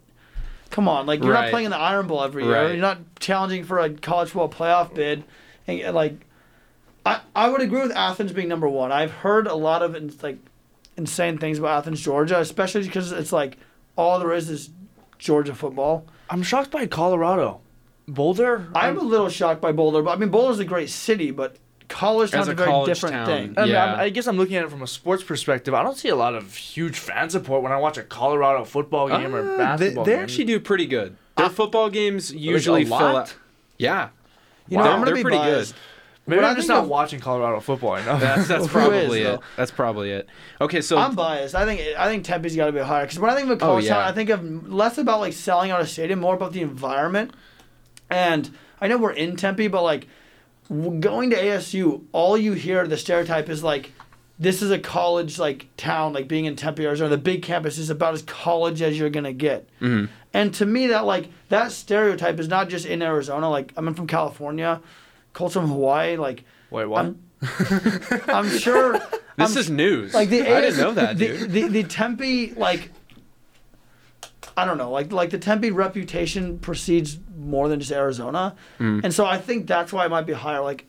come on. Like, you're Right. not playing in the Iron Bowl every year. Right. You're not challenging for a college football playoff bid. And, and, like, I, I would agree with Athens being number one. I've heard a lot of, ins- like, insane things about Athens, Georgia, especially because it's, like, all there is is Georgia football. I'm shocked by Colorado. Boulder. I'm a little shocked by Boulder, but I mean Boulder's a great city, but As college town's a a very college different town. thing. I, mean, Yeah. I'm- I guess I'm looking at it from a sports perspective. I don't see a lot of huge fan support when I watch a Colorado football game Uh, or they- basketball they, game. actually do pretty good. Their football games usually a fill lot? out. Yeah. You know, They're- I'm gonna they're be pretty biased. good. Maybe When I I'm just think not of- watching Colorado football enough. That's that's Who is, probably it. though? That's probably it. Okay, so Oh, I'm biased. I think I think Tempe's got to be higher because when I think of a college yeah. town, I think of less about like selling out a stadium, more about the environment. And I know we're in Tempe, but like w- going to ASU, all you hear the stereotype is like this is a college like town, like being in Tempe, Arizona. The big campus is about as college as you're gonna get. Mm-hmm. And to me, that like that stereotype is not just in Arizona. Like I'm from California, Colts from Hawaii. Like Wait, what? I'm, I'm sure. This I'm- is news. like the I didn't know that, the, dude. The, the Tempe like I don't know, like like the Tempe reputation precedes more than just Arizona, Mm. and so I think that's why it might be higher. Like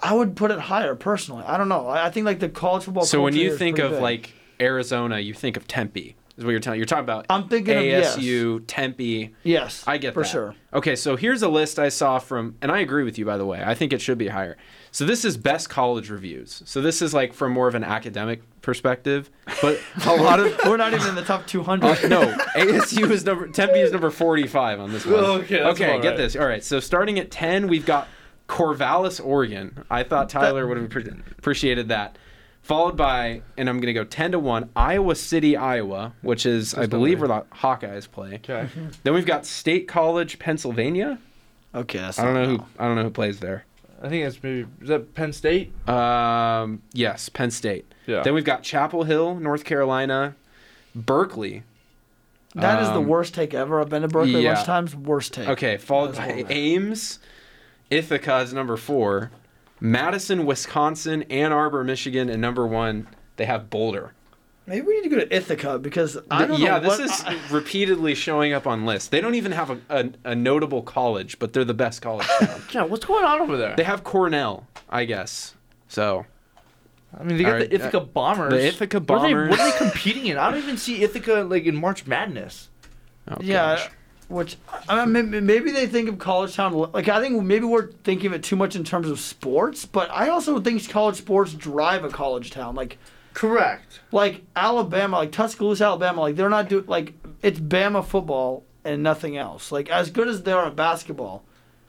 I would put it higher personally. I don't know. I, I think like the college football. So when culture here you is think pretty of big. like Arizona, you think of Tempe. Is what you're telling. You're talking about. I'm thinking of- yes. ASU, Tempe. yes, I get for that. sure. Okay, so here's a list I saw from, and I agree with you by the way. I think it should be higher. So this is best college reviews. So this is like from more of an academic perspective, but a lot of We're not even in the top 200. Uh, no, ASU is number Tempe is number forty-five on this one. Oh, Okay, that's okay, about get right. this. All right, so starting at ten, we've got Corvallis, Oregon. I thought Tyler would have appre- appreciated that. Followed by, and I'm gonna go ten to one, Iowa City, Iowa, which is I no believe way. where the Hawkeyes play. Okay. Then we've got State College, Pennsylvania. Okay, that's I don't know who I don't know who plays there. I think that's maybe is that Penn State? Um, yes, Penn State. Yeah. Then we've got Chapel Hill, North Carolina, Berkeley, That is the Um, worst take ever. I've been to Berkeley yeah. lunch times. Worst take. Okay, followed That's by horrible. Ames, Ithaca is number four, Madison, Wisconsin, Ann Arbor, Michigan, and number one. They have Boulder. Maybe we need to go to Ithaca because I don't yeah, know. what- this is I- repeatedly showing up on lists. They don't even have a, a, a notable college, but they're the best college. town. Yeah, what's going on over there? they have Cornell, I guess. So I mean, they got All right, the Ithaca Bombers. the Ithaca What are they- What are, they, Bombers. competing in? I don't even see Ithaca like in March Madness. oh, Yeah, gosh. which I mean, may- maybe they think of college town like I think maybe we're thinking of it too much in terms of sports, but I also think college sports drive a college town like Correct. like Alabama, like Tuscaloosa, Alabama, like they're not doing like it's Bama football and nothing else. Like as good as they are at basketball,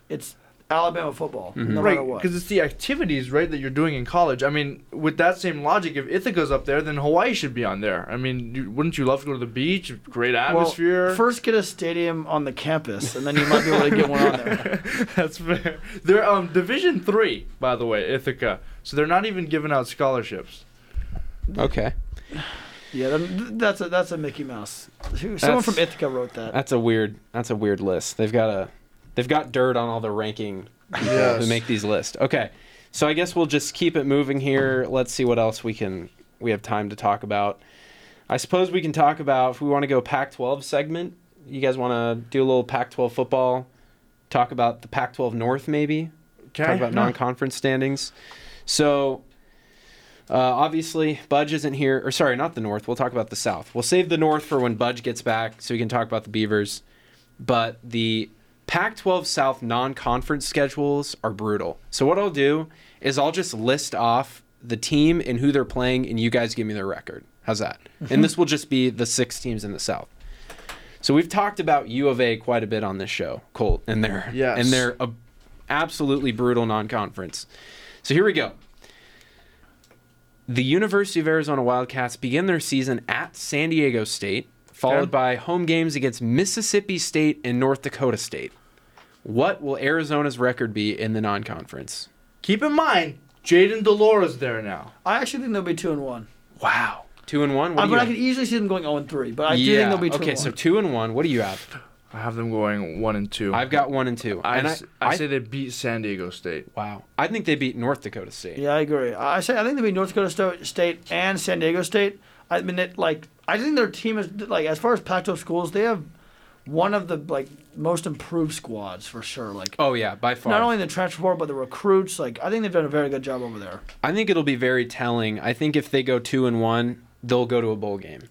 it's Alabama football, no right, matter what. because it's the activities, right, that you're doing in college. I mean, with that same logic, if Ithaca's up there, then Hawaii should be on there. I mean, you, wouldn't you love to go to the beach? Great Well, atmosphere. first get a stadium on the campus, and then you might be able to get one on there. That's fair. They're um Division Three, by the way, Ithaca. So they're not even giving out scholarships. Okay, Yeah, that- that's a that's a Mickey Mouse. Who- Someone That's- from Ithaca wrote that. that's a weird. That's a weird list. They've got a. They've got dirt on all the ranking people who Yes. make these lists. Okay, so I guess we'll just keep it moving here. Let's see what else we can we have time to talk about. I suppose we can talk about if we want to go Pac-12 segment. You guys want to do a little Pac-12 football? Talk about the Pac-12 North maybe. Talk Okay. about No. non-conference standings. So. Uh, obviously, Budge isn't here. Or sorry, not the North. We'll talk about the South. We'll save the North for when Budge gets back, so we can talk about the Beavers but the Pac 12 South non conference schedules are brutal. So, what I'll do is I'll just list off the team and who they're playing, and you guys give me their record. How's that? And this will just be the six teams in the South. So, we've talked about U of A quite a bit on this show, Colt, and their, Yes. and their uh, absolutely brutal non conference. So, here we go. The University of Arizona Wildcats begin their season at San Diego State, followed Okay. by home games against Mississippi State and North Dakota State. What will Arizona's record be in the non-conference? Keep in mind, Jaden Delora's there now. I actually think they'll be two and one. Wow, two and one. What do I, Uh, but you I have? could easily see them going zero and three. But I do yeah. think they'll be two okay, and so one. two and one. What do you have? I have them going one and two. I've got one and two. I, and s- I, say they beat San Diego State. wow. I think they beat North Dakota State. yeah, I agree. I I say I think they'll be North Dakota Sto- State and San Diego State. I mean, it, like I think their team is like as far as Pac-12 schools, they have one of the like most improved squads for sure. Like Oh yeah, by far. not only the transfer portal, but the recruits. Like I think they've done a very good job over there. I think it'll be very telling. I think if they go two and one, they'll go to a bowl game.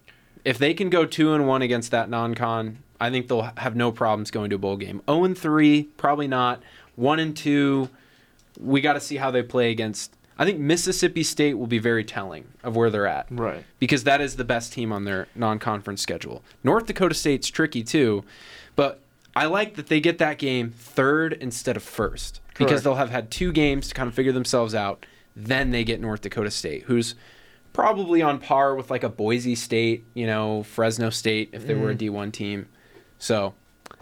If they can go two and one against that non-con, I think they'll have no problems going to a bowl game. Zero and three, probably not. One and two, we got to see how they play against. I think Mississippi State will be very telling of where they're at, Right. Because that is the best team on their non-conference schedule. North Dakota State's tricky too, but I like that they get that game third instead of first because Correct. they'll have had two games to kind of figure themselves out. Then they get North Dakota State, who's probably on par with like a Boise State, you know, Fresno State if they were a D1 team. So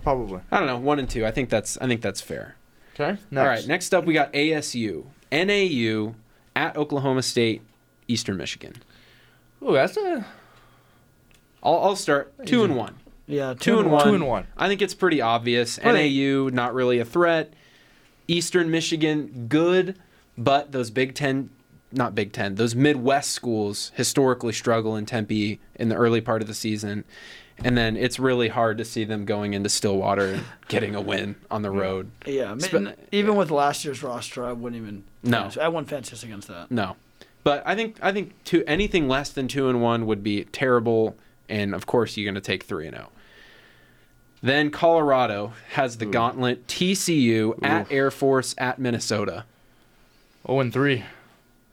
Probably. I don't know, one and two. I think that's I think that's fair. Okay. Next. All right, next up we got ASU, NAU at Oklahoma State, Eastern Michigan. Ooh, that's a I'll, I'll start two and one. Yeah, Two and one. Two and one. I think it's pretty obvious. Well, they- NAU not really a threat. Eastern Michigan good, but those Big Ten, not Big Ten, those Midwest schools historically struggle in Tempe in the early part of the season, and then it's really hard to see them going into Stillwater and getting a win on the road. Yeah, I mean, Spe- even with last year's roster, I wouldn't even. No. I wouldn't fancies against that. No, but I think I think two anything less than two and one would be terrible, and of course you're going to take three and zero. Then Colorado has the gauntlet: TCU at Air Force at Minnesota. zero Oh and three.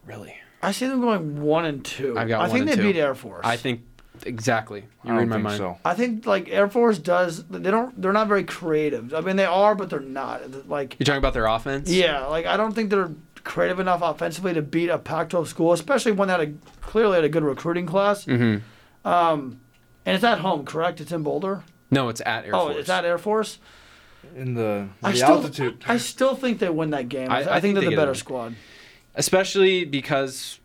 Really, I see them going one and two. I've got. one I think and they two. beat Air Force. I think exactly. I You read don't my think mind. so. I think like Air Force does. They don't. They're not very creative. I mean, they are, but they're not. Like You're talking about their offense. yeah, like I don't think they're creative enough offensively to beat a Pac-12 school, especially one that had a, clearly had a good recruiting class. Mhm. Um, and it's at home, correct? It's in Boulder. No, it's at Air oh, Force. it's at Air Force. In the, I the still, altitude. I still think they win that game. I- I, I think, think they're they the get better it. squad. especially because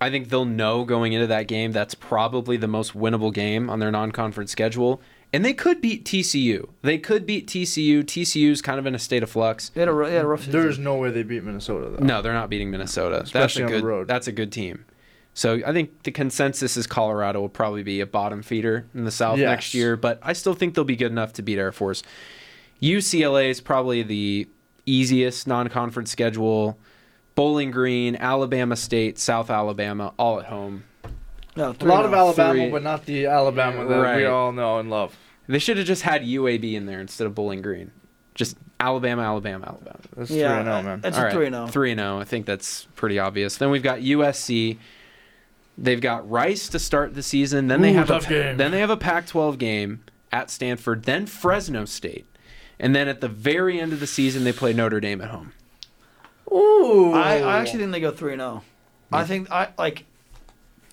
I think they'll know going into that game that's probably the most winnable game on their non-conference schedule, and they could beat TCU. They could beat TCU. TCU's kind of in a state of flux. They had a, ru- they had a rough season. There's no way they beat Minnesota though. No, they're not beating Minnesota. that's a Especially on good. the road. That's a good team. So I think the consensus is Colorado will probably be a bottom feeder in the South Yes. next year, but I still think they'll be good enough to beat Air Force. UCLA is probably the easiest non-conference schedule. Bowling Green, Alabama State, South Alabama, all at home. No, A three lot and of oh. Alabama, Three. but not the Alabama that Right. we all know and love. They should have just had UAB in there instead of Bowling Green. Just Alabama, Alabama, Alabama. That's oh. Yeah, three and zero, man. It's a three and oh. Three and oh. I think that's pretty obvious. Then we've got USC. They've got Rice to start the season. Then they Ooh, have a, tough game. then they have a Pac-12 game at Stanford. Then Fresno State, and then at the very end of the season they play Notre Dame at home. Ooh. I, I actually think they go three and zero. I think I like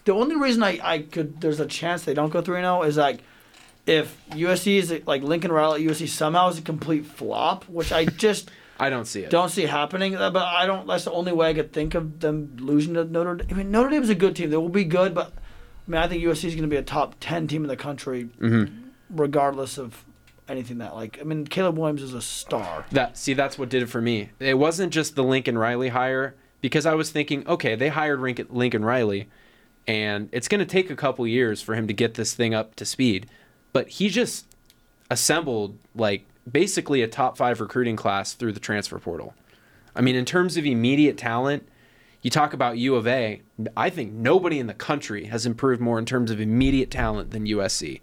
the only reason I, I could there's a chance they don't go three and zero is like if USC is like Lincoln Riley at USC somehow is a complete flop, which I just I don't see it. don't see happening. Uh, But I don't. That's the only way I could think of them losing to Notre. Dame. I mean, Notre Dame's a good team. They will be good, but I mean, I think USC is going to be a top ten team in the country, regardless of anything that like. I mean, Caleb Williams is a star. That see, that's what did it for me. It wasn't just the Lincoln Riley hire because I was thinking, okay, they hired Rink- Lincoln Riley, and it's going to take a couple years for him to get this thing up to speed. But he just assembled like basically a top five recruiting class through the transfer portal. I mean, in terms of immediate talent, you talk about U of A. I think nobody in the country has improved more in terms of immediate talent than USC.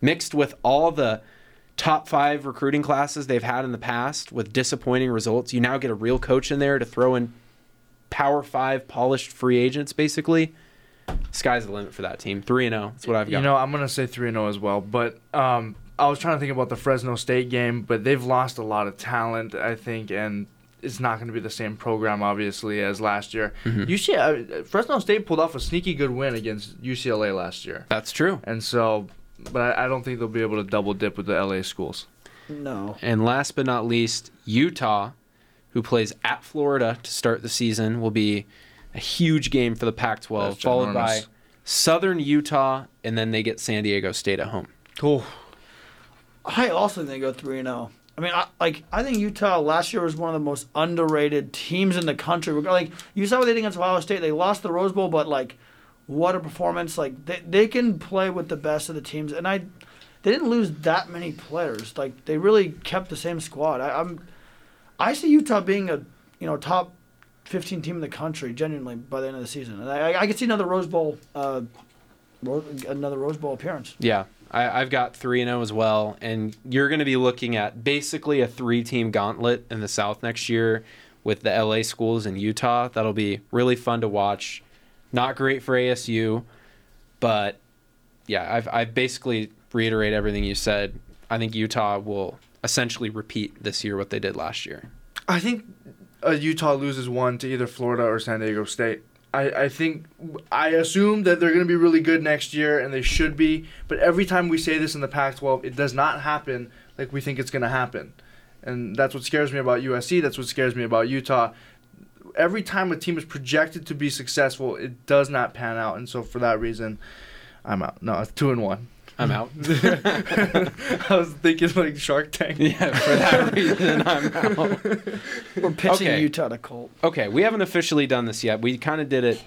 Mixed with all the top five recruiting classes they've had in the past with disappointing results, you now get a real coach in there to throw in power five polished free agents, basically. Sky's the limit for that team. 3 and 0. That's what I've got. You know, I'm gonna say three and zero as well, but um, I was trying to think about the Fresno State game, but they've lost a lot of talent, I think, and it's not gonna be the same program obviously as last year. Mm-hmm. UCLA, Fresno State pulled off a sneaky good win against UCLA last year, that's true. and so, but I, I don't think they'll be able to double dip with the LA schools. No. And last but not least, Utah, who plays at Florida to start the season, will be a huge game for the Pac 12, That's followed by enormous. Southern Utah, and then they get San Diego State at home. Cool. I also think they go three and zero. I mean, I, like I think Utah last year was one of the most underrated teams in the country. Like you saw what they did against Ohio State; they lost the Rose Bowl, but like, what a performance! Like they, they can play with the best of the teams, and I they didn't lose that many players. Like they really kept the same squad. I, I'm I see Utah being a you know top fifteen team in the country genuinely by the end of the season, and I, I could see another Rose Bowl uh, Ro- another Rose Bowl appearance. Yeah, I, I've got 3 and 0 as well. And you're going to be looking at basically a three team gauntlet in the South next year with the LA schools and Utah. That'll be really fun to watch. Not great for ASU, but yeah, I've, I basically reiterate everything you said. I think Utah will essentially repeat this year what they did last year. I think uh, Utah loses one to either Florida or San Diego State. I, I think I assume that they're going to be really good next year, and they should be. But every time we say this in the Pac-12, it does not happen like we think it's going to happen, and that's what scares me about USC. That's what scares me about Utah. every time a team is projected to be successful, it does not pan out, and so for that reason, I'm out. No, it's two and one. I'm out. I was thinking like Shark Tank. yeah, for that reason, I'm out. We're pitching Okay. Utah to Colt. Okay, we haven't officially done this yet. We kind of did it,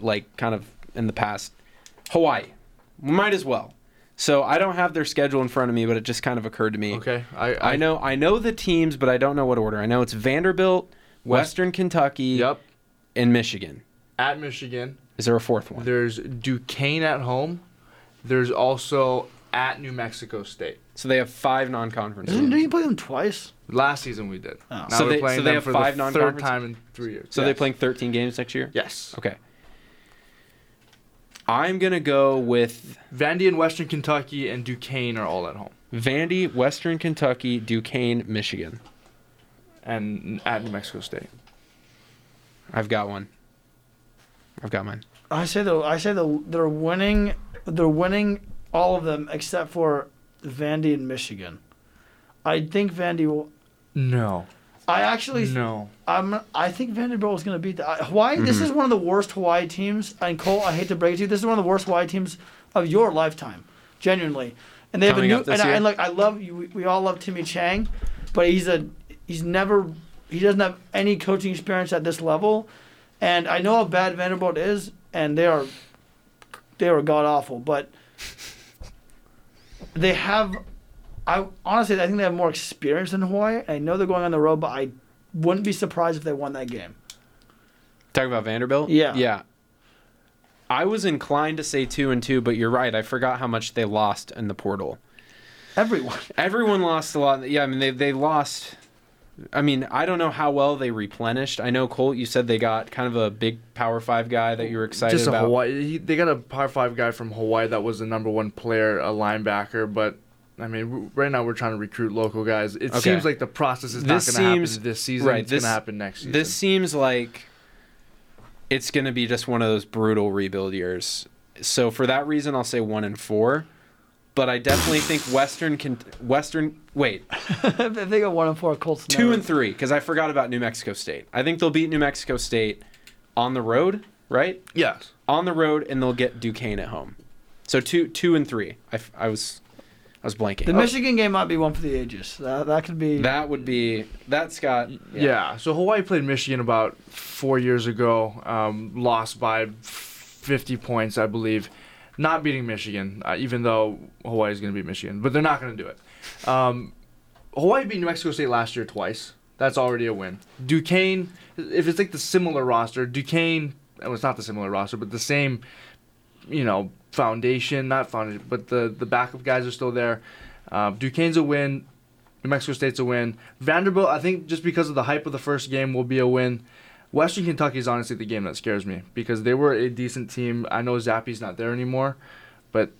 like, kind of in the past. Hawaii. We might as well. So I don't have their schedule in front of me, but it just kind of occurred to me. Okay, I I, I know I know the teams, but I don't know what order. I know it's Vanderbilt, Western Kentucky, Yep, and Michigan. at Michigan. Is there a fourth one? There's Duquesne at home. There's also at New Mexico State. So they have five non-conference Didn't games. you play them twice? Last season we did. Now So we're they- playing so they them have for five the third non-conference- time in three years. So they're Yes. playing 13 games next year. Yes. Okay. I'm gonna go with Vandy and Western Kentucky and Duquesne are all at home. Vandy, Western Kentucky, Duquesne, Michigan. And at New Mexico State. I've got one. I've got mine. I say though. I say though. They're winning. They're winning all of them except for Vandy and Michigan. I think Vandy will. No. I actually. No. I'm. I think Vanderbilt is going to beat the I- Hawaii. This Mm-hmm. is one of the worst Hawaii teams. And Cole, I hate to break it to you, this is one of the worst Hawaii teams of your lifetime, genuinely. And they have Coming a new. up this and, I, year? and look, I love you. We, we all love Timmy Chang, but he's a. He's never. He doesn't have any coaching experience at this level, and I know how bad Vanderbilt is, and they are. They are god awful, but. They have I honestly, I think they have more experience in Hawaii. I know they're going on the road, but I wouldn't be surprised if they won that game. Talking about Vanderbilt? Yeah. Yeah. I was inclined to say two and two, but you're right. I forgot how much they lost in the portal. Everyone. Everyone lost a lot. Yeah, I mean they they lost. I mean I don't know how well they replenished. I know Colt, you said they got kind of a big Power Five guy that you were excited Just a about. Hawaii. He, they got a power five guy from Hawaii that was the number one player, a linebacker, but. I mean, w- right now we're trying to recruit local guys. It Okay. seems like the process is This not going to seems- happen this season. right, it's this- going to happen next season. This seems like it's going to be just one of those brutal rebuild years. So for that reason, I'll say one and four. But I definitely think Western can Western wait if they go one and four, Colts two never- and three because I forgot about New Mexico State. I think they'll beat New Mexico State on the road, right? yes. On the road, and they'll get Duquesne at home. So two two and three. I, f- I was I was blanking. The Michigan game might be one for the ages. That, that could be. Oh. that would be that Scott. Yeah. So Hawaii played Michigan about four years ago, um, lost by 50 points, I believe. Not beating Michigan, uh, even though Hawaii's going to beat Michigan, but they're not going to do it. Um, Hawaii beat New Mexico State last year twice. That's already a win. Duquesne, if it's like the similar roster, Duquesne, well, it's not the similar roster, but the same, you know, foundation, not foundation, but the, the backup guys are still there. Uh, Duquesne's a win. New Mexico State's a win. Vanderbilt, I think just because of the hype of the first game, will be a win. Western Kentucky is honestly the game that scares me because they were a decent team. I know Zappy's not there anymore, but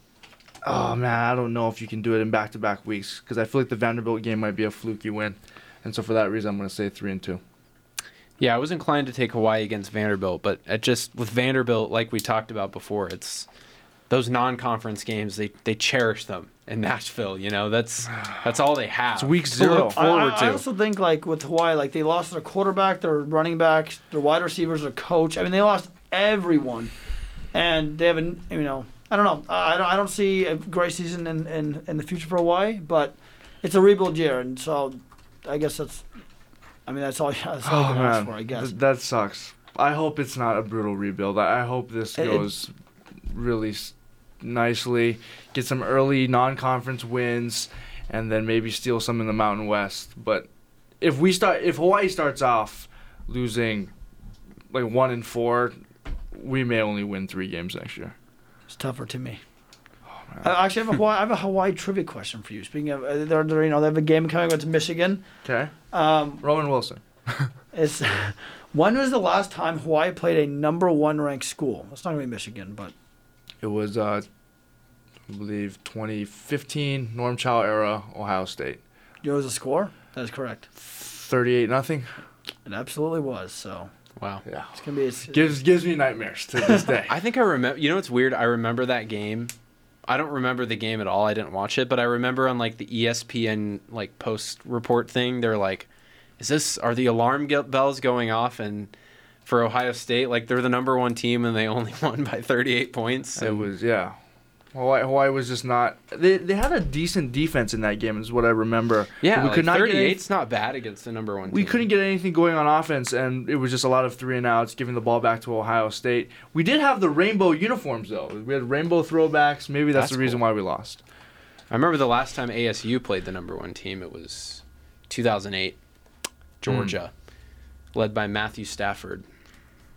oh man, I don't know if you can do it in back-to-back weeks because I feel like the Vanderbilt game might be a fluky win, and so for that reason, I'm going to say three and two. Yeah, I was inclined to take Hawaii against Vanderbilt, but it just with Vanderbilt, like we talked about before, it's those non-conference games. They they cherish them in Nashville. You know, that's that's all they have. It's week To look zero. I, I, forward I to. also think like with Hawaii, like they lost their quarterback, their running backs, their wide receivers, their coach. I mean, they lost everyone, and they haven't. You know, I don't know. I I don't. I don't see a great season in, in, in the future for Hawaii, but it's a rebuild year, and so I guess that's. I mean, that's all. That's all I Oh can ask man, for. I guess. Th- that sucks. I hope it's not a brutal rebuild. I, I hope this It- it- goes really s- nicely. Get some early non-conference wins, and then maybe steal some in the Mountain West. But if we start, if Hawaii starts off losing like one and four, we may only win three games next year. It's tougher to me. oh, I actually have a Hawaii, I have a Hawaii trivia question for you. Speaking of, uh, they're, they're, you know, they have a game coming against Michigan. Okay, Um, Roman Wilson. it's when was the last time Hawaii played a number one ranked school? It's not gonna be Michigan, but It was, uh, I believe, 2015 Norm Chow era Ohio State, it was a score. That is correct. 38 nothing. It absolutely was. So wow. Yeah. it's gonna be. It's, gives gives me nightmares to this day. I think I remember. You know, it's weird. I remember that game. I don't remember the game at all. E I didn't watch it, but I remember on like the ESPN like post report thing, they're like, is this are the alarm ge- bells going off and for Ohio State like they're the number one team and they only won by 38 points. It and- was yeah. Hawaii, Hawaii was just not. They, they had a decent defense in that game, is what I remember. yeah, we like, could not get 38's any- not bad against the number one. we team. couldn't get anything going on offense, and it was just a lot of three and outs, giving the ball back to Ohio State. We did have the rainbow uniforms though. We had rainbow throwbacks. Maybe that's, That's the reason cool. why we lost. I remember the last time ASU played the number one team. It was 2008, Georgia, Hmm. led by Matthew Stafford.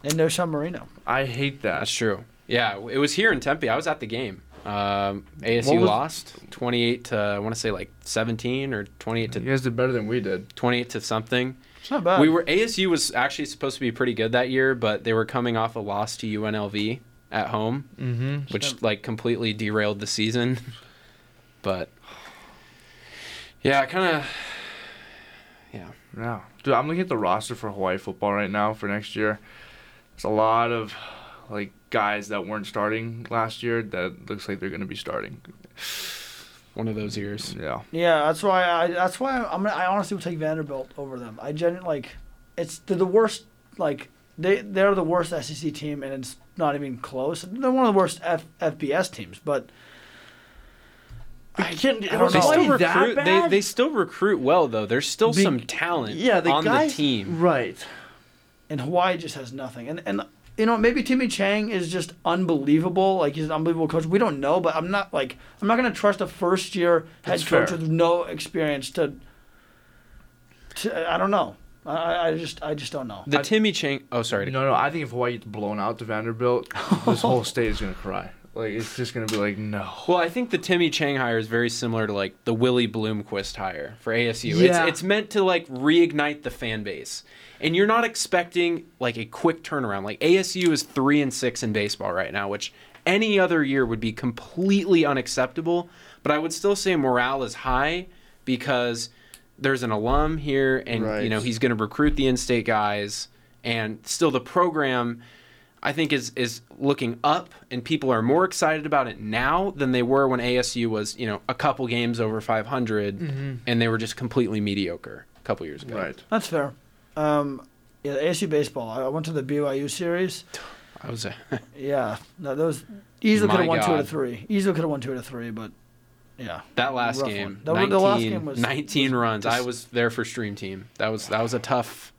And no Sean Marino. I hate that. That's true. Yeah, it was here in Tempe. I was at the game. Um, ASU What was- lost 28 to I want to say like 17 or 28 to You guys did better than we did. 28 to something. It's not bad. we were ASU was actually supposed to be pretty good that year, but they were coming off a loss to UNLV at home, mm-hmm. which like completely derailed the season. But yeah, kind of. Yeah, Yeah, dude, I'm looking at the roster for Hawaii football right now for next year. There's a lot of like guys that weren't starting last year that looks like they're gonna be starting. one of those years. Yeah. Yeah, that's why. I, that's why I'm. gonna- I honestly would take Vanderbilt over them. I genuinely like. It's they're the worst. Like they they're the worst SEC team, and it's not even close. They're one of the worst F, FBS teams, but. I can't. I They They don't know. still still Hawaii that recruit. They, bad? they still recruit well though. There's still Be- some talent. Yeah, the on guys, the team. Right. and Hawaii just has nothing. And and you know maybe Timmy Chang is just unbelievable. Like he's an unbelievable coach. We don't know, but I'm not like I'm not gonna trust a first year head That's coach fair. with no experience to. to I don't know. I- I, I just I just don't know. The Timmy Chang. Oh, sorry. to- No, no. I think if Hawaii gets blown out to Vanderbilt, this whole state is gonna cry. Like it's just gonna be like no. Well, I think the Timmy Chang hire is very similar to like the Willie Bloomquist hire for ASU. Yeah. It's it's meant to like reignite the fan base. And you're not expecting like a quick turnaround. Like ASU is 3 and 6 in baseball right now, which any other year would be completely unacceptable, but I would still say morale is high because there's an alum here and you Right. know he's going to recruit the in-state guys and still the program I think is is looking up, and people are more excited about it now than they were when ASU was, you know, a couple games over 500, Mm-hmm. and they were just completely mediocre a couple years ago. Right. That's fair. Um, yeah, ASU baseball. I I went to the BYU series. I was, a, Yeah, no, those easily My could have won two out God. of three. Easily could have won two out of three, but yeah. that last Rough one. game, That 19, was- the last game was- 19 runs. I was there for stream team. That was that was a tough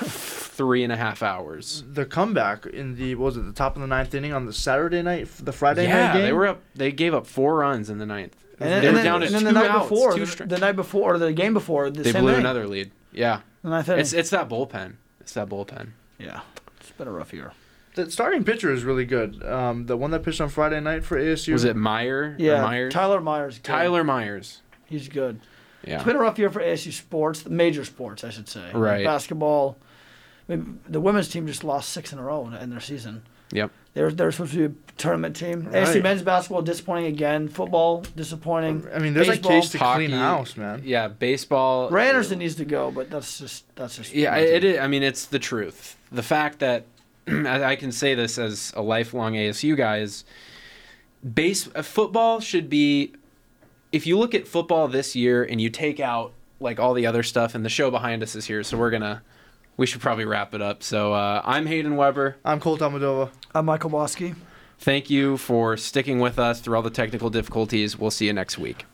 three and a half hours. Their comeback in the what was it the top of the ninth inning on the Saturday night, the Friday night yeah, game. they were up. They gave up four runs in the ninth. And, they then- were and then, down to and then two the night outs, before, two the, str- the night before, or the game before, the they same blew thing. another lead. Yeah, The ninth inning. it's it's that bullpen. It's that bullpen. Yeah, it's been a rough year. The starting pitcher is really good. Um, the one that pitched on Friday night for ASU. Was it Meyer? or Yeah, Myers? Tyler Myers. good. Tyler Myers. he's good. Yeah. It's been a rough year for ASU sports, the major sports, I should say. Right. Basketball. I mean, the women's team just lost six in a row in- in their season. Yep. They're they're supposed to be a tournament team. ASU Right. men's basketball disappointing again. Football disappointing. I mean, there's Baseball, a case to hockey, clean house, man. Yeah, baseball. Ray Anderson needs to go, but that's just that's just Yeah, it, it is. I mean, it's the truth. The fact that I I can say this as a lifelong ASU guy is base uh, football should be. If you look at football this year and you take out like all the other stuff, and the show behind us is here, so we're gonna. We should probably wrap it up. So uh, I'm Hayden Weber. I'm Colt Almadova. I'm Uh, Michael Bosky. Thank you for sticking with us through all the technical difficulties. We'll see you next week.